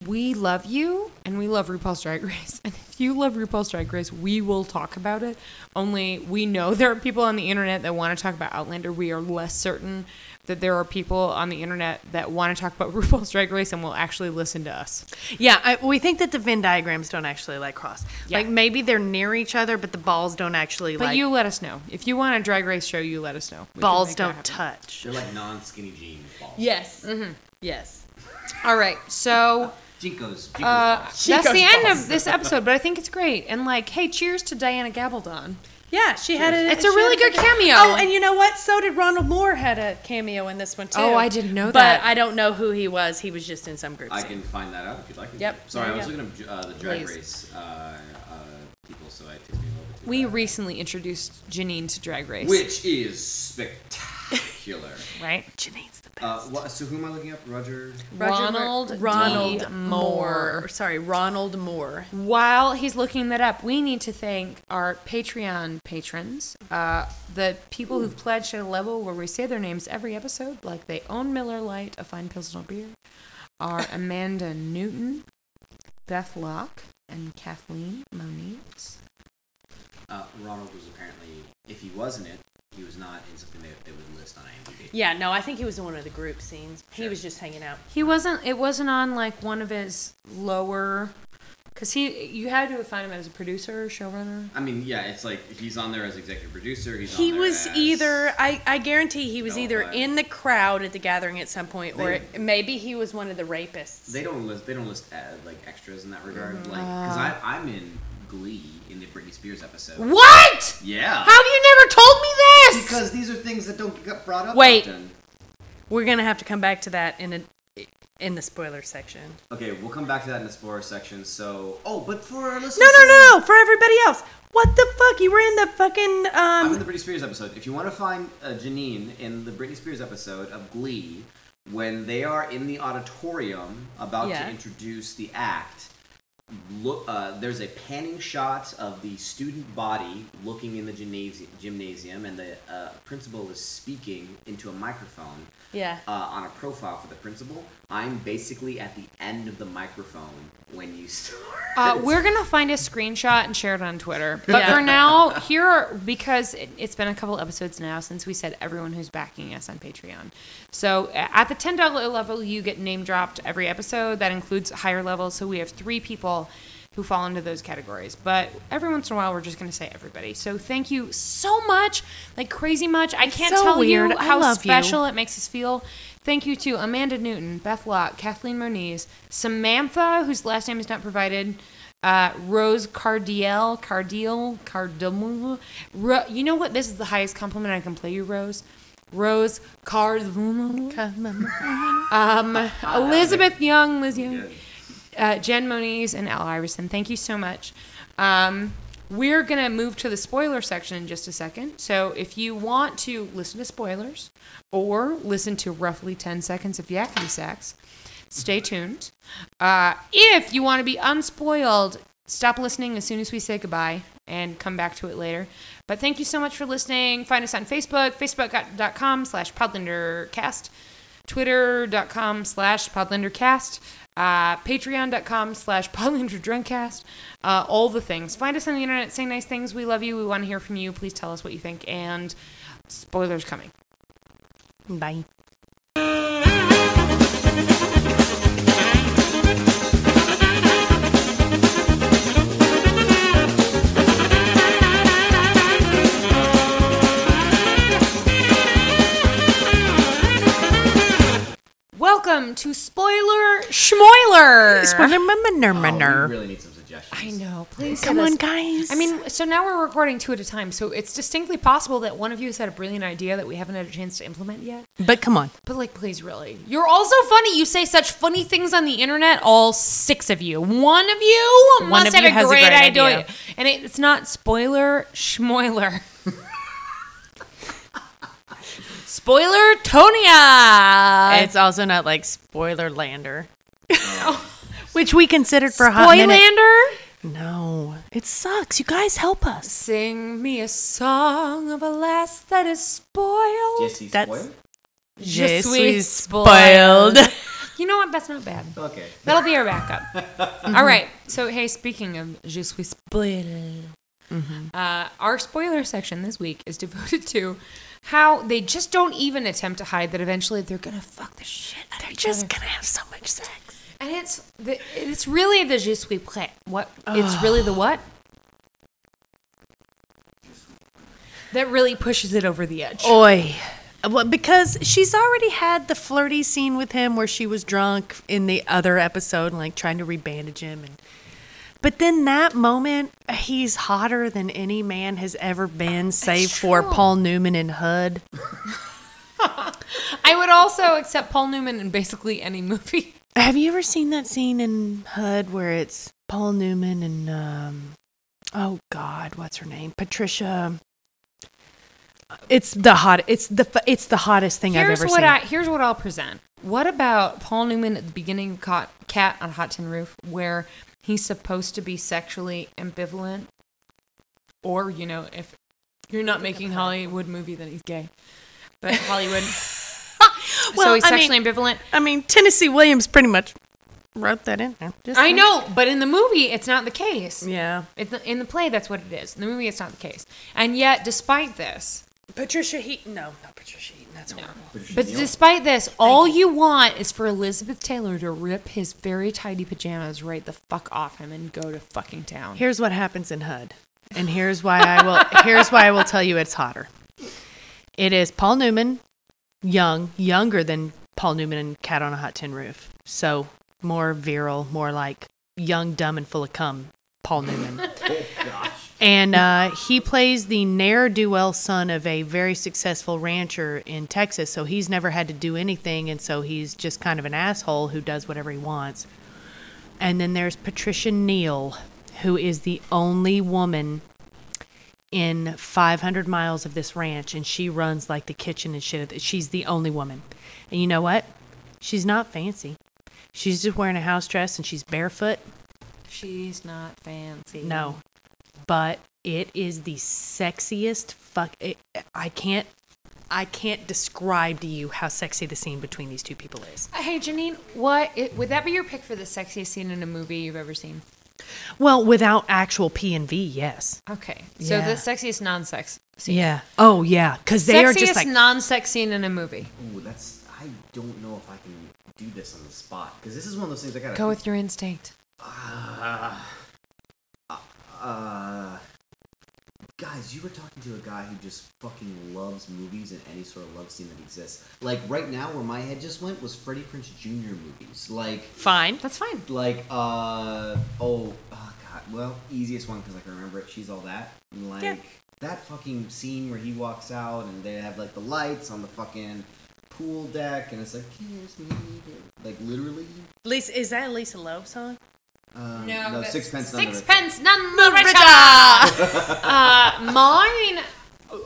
B: we love you and we love RuPaul's Drag Race. And if you love RuPaul's Drag Race, we will talk about it. Only we know there are people on the internet that want to talk about Outlander. We are less certain that there are people on the internet that want to talk about RuPaul's Drag Race and will actually listen to us.
C: Yeah, I, we think that the Venn diagrams don't actually like cross.
B: Yeah.
C: Like maybe they're near each other but the balls don't actually
B: But
C: like
B: you let us know. If you want a drag race show, you let us know. We can
C: balls
B: make that
C: don't
B: happen.
C: touch.
D: They're like non-skinny jean balls.
C: Yes. Yes.
B: All right. So
D: Jinkos. Jinkos
B: uh,
D: balls.
B: that's the end of this episode, but I think it's great. And like, hey, cheers to Diana Gabaldon.
C: Yeah, she had a
B: It's a
C: she
B: really
C: had
B: good cameo.
C: Oh, and you know what? So did Ronald Moore had a cameo in this one too.
B: Oh, I didn't know
C: but
B: that.
C: But I don't know who he was. He was just in some group.
D: I
C: scene.
D: can find that out if you'd like. me to.
C: Yep,
D: Sorry,
C: there
D: I was
C: you
D: looking up uh, the Drag
B: Please.
D: Race uh, uh, people, so it takes me a little bit. To
B: We
D: that.
B: recently introduced Janine to Drag Race,
D: which is spectacular.
B: right?
C: Janine's the best.
D: uh, wha- so who am I looking up? Roger.
B: Ronald D.
C: Ronald
B: Moore.
C: Moore. Sorry, Ronald Moore.
B: While he's looking that up, we need to thank our Patreon patrons, uh, the people who've pledged at a level where we say their names every episode, like they own Miller Lite, a fine Pilsner beer, are Amanda Newton, Beth Locke, and Kathleen Moniz.
D: Uh, Ronald was apparently, if he wasn't it, he was not in something that they would list on IMDb.
C: Yeah, no, I think he was in one of the group scenes. He was just hanging out.
B: He wasn't. It wasn't on like one of his lower, because he you had to find him as a producer, or showrunner.
D: I mean, yeah, it's like he's on there as executive producer. He's
C: He
D: on there
C: was
D: as-
C: either I, I guarantee he was
D: No,
C: either
D: I-
C: in the crowd at the gathering at some point or
D: They-
C: maybe he was one of the rapists.
D: They don't list. They don't list uh, like extras in that regard.
C: Mm-hmm.
D: Like, because I I'm in Glee in the Britney Spears episode.
B: What?
D: Yeah.
B: How have you never told me this?
D: Because these are things that don't get brought up.
C: Wait.
D: Often.
C: We're gonna have to come back to that in a in the spoiler section.
D: Okay, we'll come back to that in the spoiler section. So, oh, but for our listeners,
C: No no no no for everybody else. What the fuck? You were in the fucking
D: I'm
C: um
D: in the Britney Spears episode. If you want to find uh, Janine in the Britney Spears episode of Glee, when they are in the auditorium about
C: Yeah.
D: to introduce the act, look, uh, there's a panning shot of the student body looking in the gymnasium, gymnasium and the uh, principal is speaking into a microphone
C: Yeah.
D: uh, on a profile for the principal. I'm basically at the end of the microphone when you start.
B: Uh, we're gonna find a screenshot and share it on Twitter. But
C: Yeah.
B: for now, here are, because it, it's been a couple episodes now since we said everyone who's backing us on Patreon. So a- at the ten dollar level, you get name dropped every episode. That includes higher levels. So we have three people who fall into those categories. But every once in a while, we're just gonna say everybody. So thank you so much, like crazy much. I can't
C: so
B: tell
C: weird.
B: you
C: I
B: how
C: love you.
B: special it makes us feel. Thank you to Amanda Newton, Beth Locke, Kathleen Moniz, Samantha, whose last name is not provided, uh, Rose Cardiel, Cardiel, Cardiel. Ro- you know what? This is the highest compliment I can play you, Rose. Rose Cardiel. Um, Elizabeth Young, Liz Young, uh, Jen Moniz, and Al Iverson. Thank you so much. Um, we're going to move to the spoiler section in just a second. So if you want to listen to spoilers or listen to roughly 10 seconds of Yakety Sax, stay tuned. Uh, if you want to be unspoiled, stop listening as soon as we say goodbye and come back to it later. But thank you so much for listening. Find us on Facebook, facebook.com slash podlindercast, twitter.com slash podlindercast, uh, patreon.com slash podlinderdrunkcast, uh, all the things. Find us on the internet, say nice things. We love you. We want to hear from you. Please tell us what you think. And spoilers coming.
C: Bye.
B: Welcome to Spoiler Schmoiler.
C: Spoiler, manner,
D: Oh,
C: manner.
D: we really need some suggestions.
B: I know. Please
C: Come
B: hit
C: on,
B: us.
C: guys.
B: I mean, so now we're recording two at a time, so it's distinctly possible that one of you has had a brilliant idea that we haven't had a chance to implement yet.
C: but come on.
B: But like, please, really, you're also funny. You say such funny things on the internet. All six of you, one of you
C: One
B: must
C: of
B: have
C: you
B: a,
C: has a
B: great
C: great
B: idea,
C: idea.
B: and it, it's not spoiler schmoiler. spoiler Tonia.
C: it's also not like spoiler lander, which we considered for a hot minute.
B: Spoilander.
C: No, it sucks. You guys help us.
B: Sing me a song of a lass that is spoiled.
D: Jesse
C: That's-
D: Spoil?
B: Je
C: Je
B: suis
C: suis
B: spoiled.
C: spoiled.
B: You know what? That's not bad.
D: Okay.
B: That'll be our backup. All right. So, hey, speaking of Je suis spoiled, uh, our spoiler section this week is devoted to how they just don't even attempt to hide that eventually they're going to fuck the shit out of
C: They're
B: each
C: just
B: other.
C: gonna have so much sex.
B: And it's, the, it's really the Je suis prêt. What? It's really the what? That really pushes it over the edge.
C: Oi. Well, because she's already had the flirty scene with him where she was drunk in the other episode and like trying to rebandage him and but then that moment he's hotter than any man has ever been save for
B: true.
C: Paul Newman and Hud.
B: I would also accept Paul Newman in basically any movie.
C: Have you ever seen that scene in HUD where it's Paul Newman and um oh god, what's her name? Patricia It's the hot it's the f- it's the hottest thing I've
B: Here's
C: ever
B: what
C: seen.
B: I here's what I'll present. What about Paul Newman at the beginning of Cot, Cat on Hot Tin Roof, where he's supposed to be sexually ambivalent, or you know, if you're not making Hollywood movie, then he's gay. But Hollywood, so
C: Well,
B: he's
C: I mean-
B: sexually ambivalent.
C: I mean, Tennessee Williams pretty much wrote that in there. Just
B: I
C: saying.
B: know, but in the movie, it's not the case.
C: Yeah.
B: It's the- in the play, that's what it is. In the movie, it's not the case. And yet, despite this,
C: Patricia Heaton. No, not Patricia Heaton. That's horrible.
B: But despite this, all you want is for Elizabeth Taylor to rip his very tidy pajamas right the fuck off him and go to fucking town.
C: Here's what happens in HUD. And here's why I will here's why I will tell you it's hotter. It is Paul Newman, young, younger than Paul Newman and Cat on a Hot Tin Roof. So more virile, more like young, dumb, and full of cum, Paul Newman. And uh, he plays the ne'er do well son of a very successful rancher in Texas. So he's never had to do anything. And so he's just kind of an asshole who does whatever he wants. And then there's Patricia Neal, who is the only woman in 500 miles of this ranch. And she runs like the kitchen and shit. She's the only woman. And you know what? She's not fancy. She's just wearing a house dress and she's barefoot.
B: She's not fancy.
C: No. But it is the sexiest fuck it, I can't I can't describe to you how sexy the scene between these two people is.
B: Uh, Hey, Janine, what it, would that be your pick for the sexiest scene in a movie you've ever seen?
C: Well, without actual P and V, yes.
B: Okay, so
C: Yeah.
B: the sexiest non-sex scene.
C: Yeah. Oh yeah, cuz they are
B: sexiest
C: just like
B: non-sex scene in a movie.
D: Ooh, that's. I don't know if I can do this on the spot because this is one of those things I
C: Uh,
D: gotta.
B: Go with your instinct.
D: Uh, uh, guys, you were talking to a guy who just fucking loves movies and any sort of love scene that exists. Like right now, where my head just went was Freddie Prince Jr. movies. Like,
C: fine.
B: That's fine.
D: like, uh, oh, oh god. Well, easiest one because I can remember it. She's all that. And, Like
C: Yeah.
D: that fucking scene where he walks out and they have like the lights on the fucking pool deck, and it's like, "Kiss me, baby." like literally.
C: Lisa is that a Lisa Loeb song?
D: Um, no, sixpence. none of it.
B: Sixpence, none the richer. uh, mine,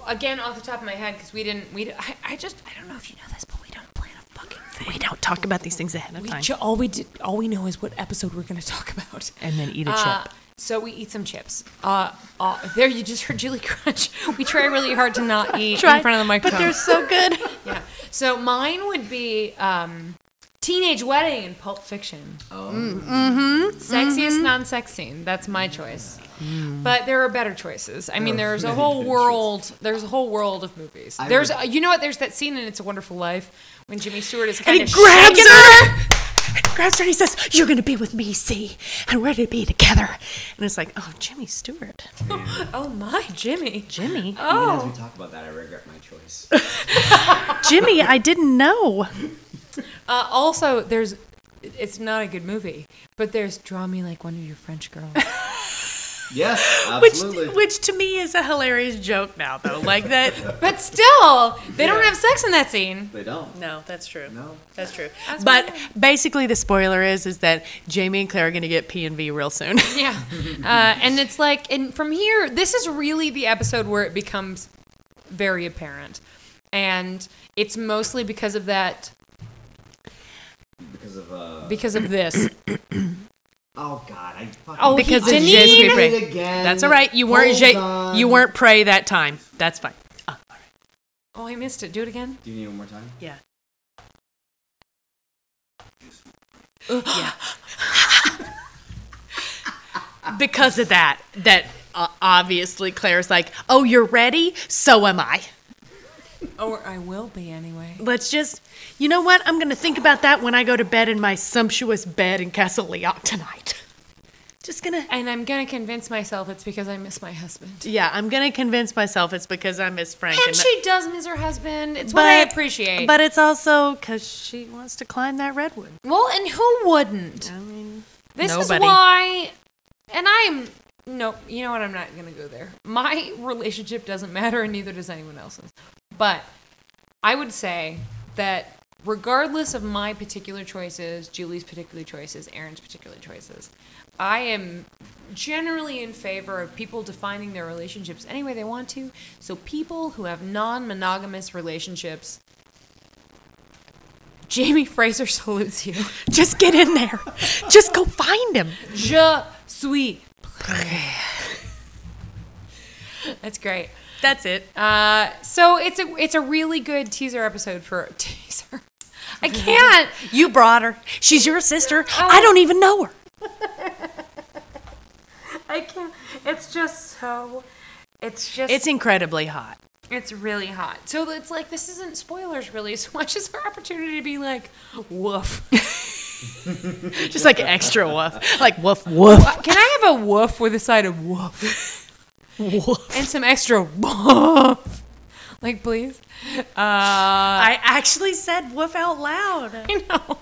B: again, off the top of my head, because we didn't. We I, I just I don't know if you know this, but we don't plan a fucking thing.
C: We don't talk about these things ahead of
B: We
C: time.
B: ju- all we did, all we know is what episode we're going to talk about.
C: and then eat a
B: Uh,
C: chip.
B: so we eat some chips. Uh, uh, there, you just heard Julie crunch. We try really hard to not eat in front of the microphone.
C: But they're so good.
B: yeah. So mine would be um, teenage wedding in Pulp Fiction. Mm-hmm.
D: Oh.
C: Mm-hmm.
D: Mm.
B: Sexiest non-sex scene. That's my choice.
C: Mm.
B: But there are better choices. I mean, there's a whole world. There's a whole world of movies.
D: Oh. I
B: There's,
D: would-
B: uh, you know what? There's that scene in It's a Wonderful Life when Jimmy Stewart is
C: and
B: kind
C: he
B: of
C: grabs her. grabs her and he says, "You're gonna be with me, see, and we're gonna be together." And it's like, "Oh, Jimmy Stewart,
B: Oh my, Jimmy.
C: Jimmy,
D: Even as
B: Oh,
D: we talk about that, I regret my choice.
C: Jimmy, I didn't know."
B: Uh, also, there's. It's not a good movie, but there's "Draw Me Like One of Your French Girls."
D: yes,
C: Which,
D: absolutely.
C: which to me is a hilarious joke now, though. Like that.
B: but still, they don't
D: Yeah.
B: have sex in that scene.
D: They don't.
C: No, that's true.
D: No.
C: That's true. but basically, the spoiler is is that Jamie and Claire are gonna get P and V real soon.
B: Yeah, uh, and it's like, and from here, this is really the episode where it becomes very apparent, and it's mostly because of that,
D: Because of uh.
B: because of this.
D: Oh God, I fucking.
B: Oh,
C: Because
B: he,
C: of
B: Janine,
C: Jesse
D: did
C: Pinkman.
D: it again.
C: that's all right. You weren't
D: Hold
C: ja-
D: on.
C: you weren't prey that time. That's fine.
B: Oh, I missed it. Do it again.
D: Do you need one more time?
C: Uh, Yeah. because of that, that uh, obviously Claire's like, oh, you're ready? So am I.
B: Or I will be anyway.
C: Let's just, you know what? I'm going to think about that when I go to bed in my sumptuous bed in Castle Leoc tonight. Just going to.
B: And I'm gonna convince myself it's because I miss my husband.
C: Yeah, I'm going to convince myself it's because I miss Frank.
B: And she does miss her husband. It's what I
C: But-
B: appreciate.
C: But it's also because she wants to climb that redwood.
B: Well, and who wouldn't?
C: I mean,
B: This is
C: Nobody.
B: why. And I'm. No, you know what? I'm not going to go there. My relationship doesn't matter, and neither does anyone else's. But I would say that regardless of my particular choices, Julie's particular choices, Aaron's particular choices, I am generally in favor of people defining their relationships any way they want to. So people who have non monogamous relationships. Jamie Fraser salutes you.
C: just get in there. just go find him.
B: Je suis. That's great.
C: That's it.
B: Uh, so it's a it's a really good teaser episode for teaser. I can't.
C: You brought her. She's your sister.
B: I don't
C: even know her.
B: I can't. It's just so. It's just.
C: It's incredibly hot.
B: It's really hot. So it's like this isn't spoilers really so much as our opportunity to be like, woof.
C: Just like extra woof. Like woof woof
B: Uh, Can I have a woof with a side of woof
C: woof.
B: and some extra woof? Like please. Uh,
C: I actually said woof out loud.
B: I know.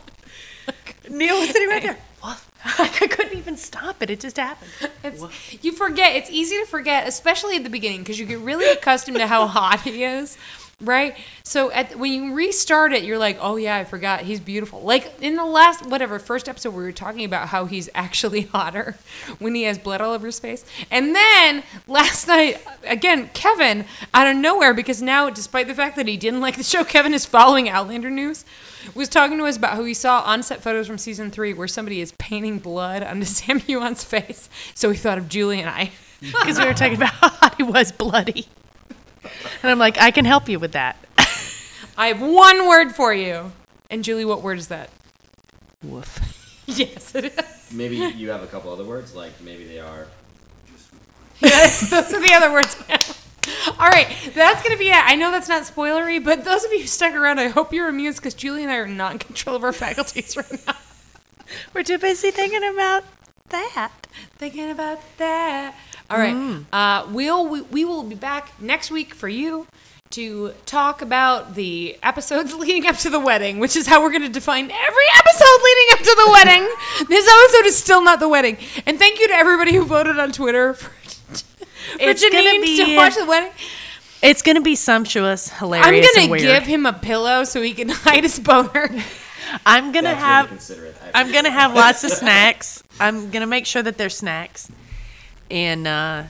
C: Neil was sitting right there. Woof. I couldn't even stop it. It just happened.
B: It's, you forget. It's easy to forget, especially at the beginning, because you get really accustomed to how hot he is. right? So at when you restart it, you're like, oh yeah, I forgot he's beautiful. Like in the last whatever first episode, we were talking about how he's actually hotter when he has blood all over his face. And then last night, again, Kevin out of nowhere because now, despite the fact that he didn't like the show, Kevin is following Outlander news. Was talking to us about who he saw on-set photos from season three where somebody is painting blood onto Sam Yuan's face. So he thought of Julie and I.
C: because we were talking about how hot he was bloody. And I'm like, I can help you with that.
B: I have one word for you. And Julie, what word is that?
C: Woof.
B: Yes, it is.
D: Maybe you have a couple other words, like maybe they are.
B: Yes, those are the other words. All right, that's going to be it. I know that's not spoilery, but those of you who stuck around, I hope you're amused because Julie and I are not in control of our faculties right now.
C: We're too busy thinking about that.
B: Thinking about that. All right,
C: Mm.
B: uh, we'll, we, we will be back next week for you to talk about the episodes leading up to the wedding, which is how we're going to define every episode leading up to the wedding. this episode is still not the wedding. And thank you to everybody who voted on Twitter for, for
C: It's gonna
B: Janine to
C: be-
B: watch the wedding.
C: It's gonna be sumptuous,
B: I'm
C: hilarious, and
B: gonna
C: weird.
B: give him a pillow so he can hide his boner.
C: I'm gonna
D: That's really
C: have.
D: considerate. I
C: I'm gonna have lots of snacks. I'm gonna make sure that there's snacks, and uh,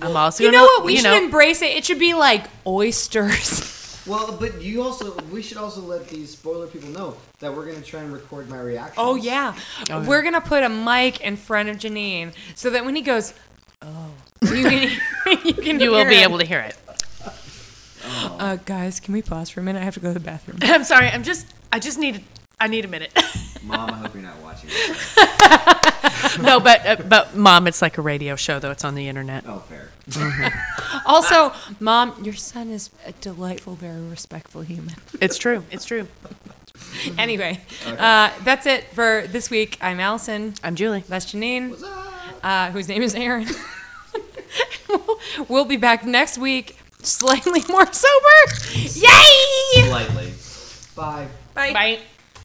C: I'm also
B: you
C: gonna,
B: know what? We
C: you
B: should
C: know,
B: embrace it. It should be like oysters.
D: Well, but you also we should also let these spoiler people know that we're gonna try and record my reaction.
B: oh yeah, we're gonna put a mic in front of Janine so that when he goes, oh, you can, you, can
C: you will
B: hear
C: be
B: him.
C: able to hear it.
B: Uh, guys, can we pause for a minute? I have to go to the bathroom.
C: I'm sorry. I'm just. I just need. I need a minute.
D: Mom, I hope you're not watching.
C: no, but uh, but mom, it's like a radio show though. It's on the internet.
D: Oh, fair.
B: Also, mom, your son is a delightful, very respectful human.
C: It's true. It's true.
B: anyway, uh, that's it for this week. I'm Allison.
C: I'm Julie.
B: That's Janine. uh, whose name is Aaron. We'll- we'll be back next week, slightly more sober. Yay!
D: Lightly. Bye.
B: Bye. Bye.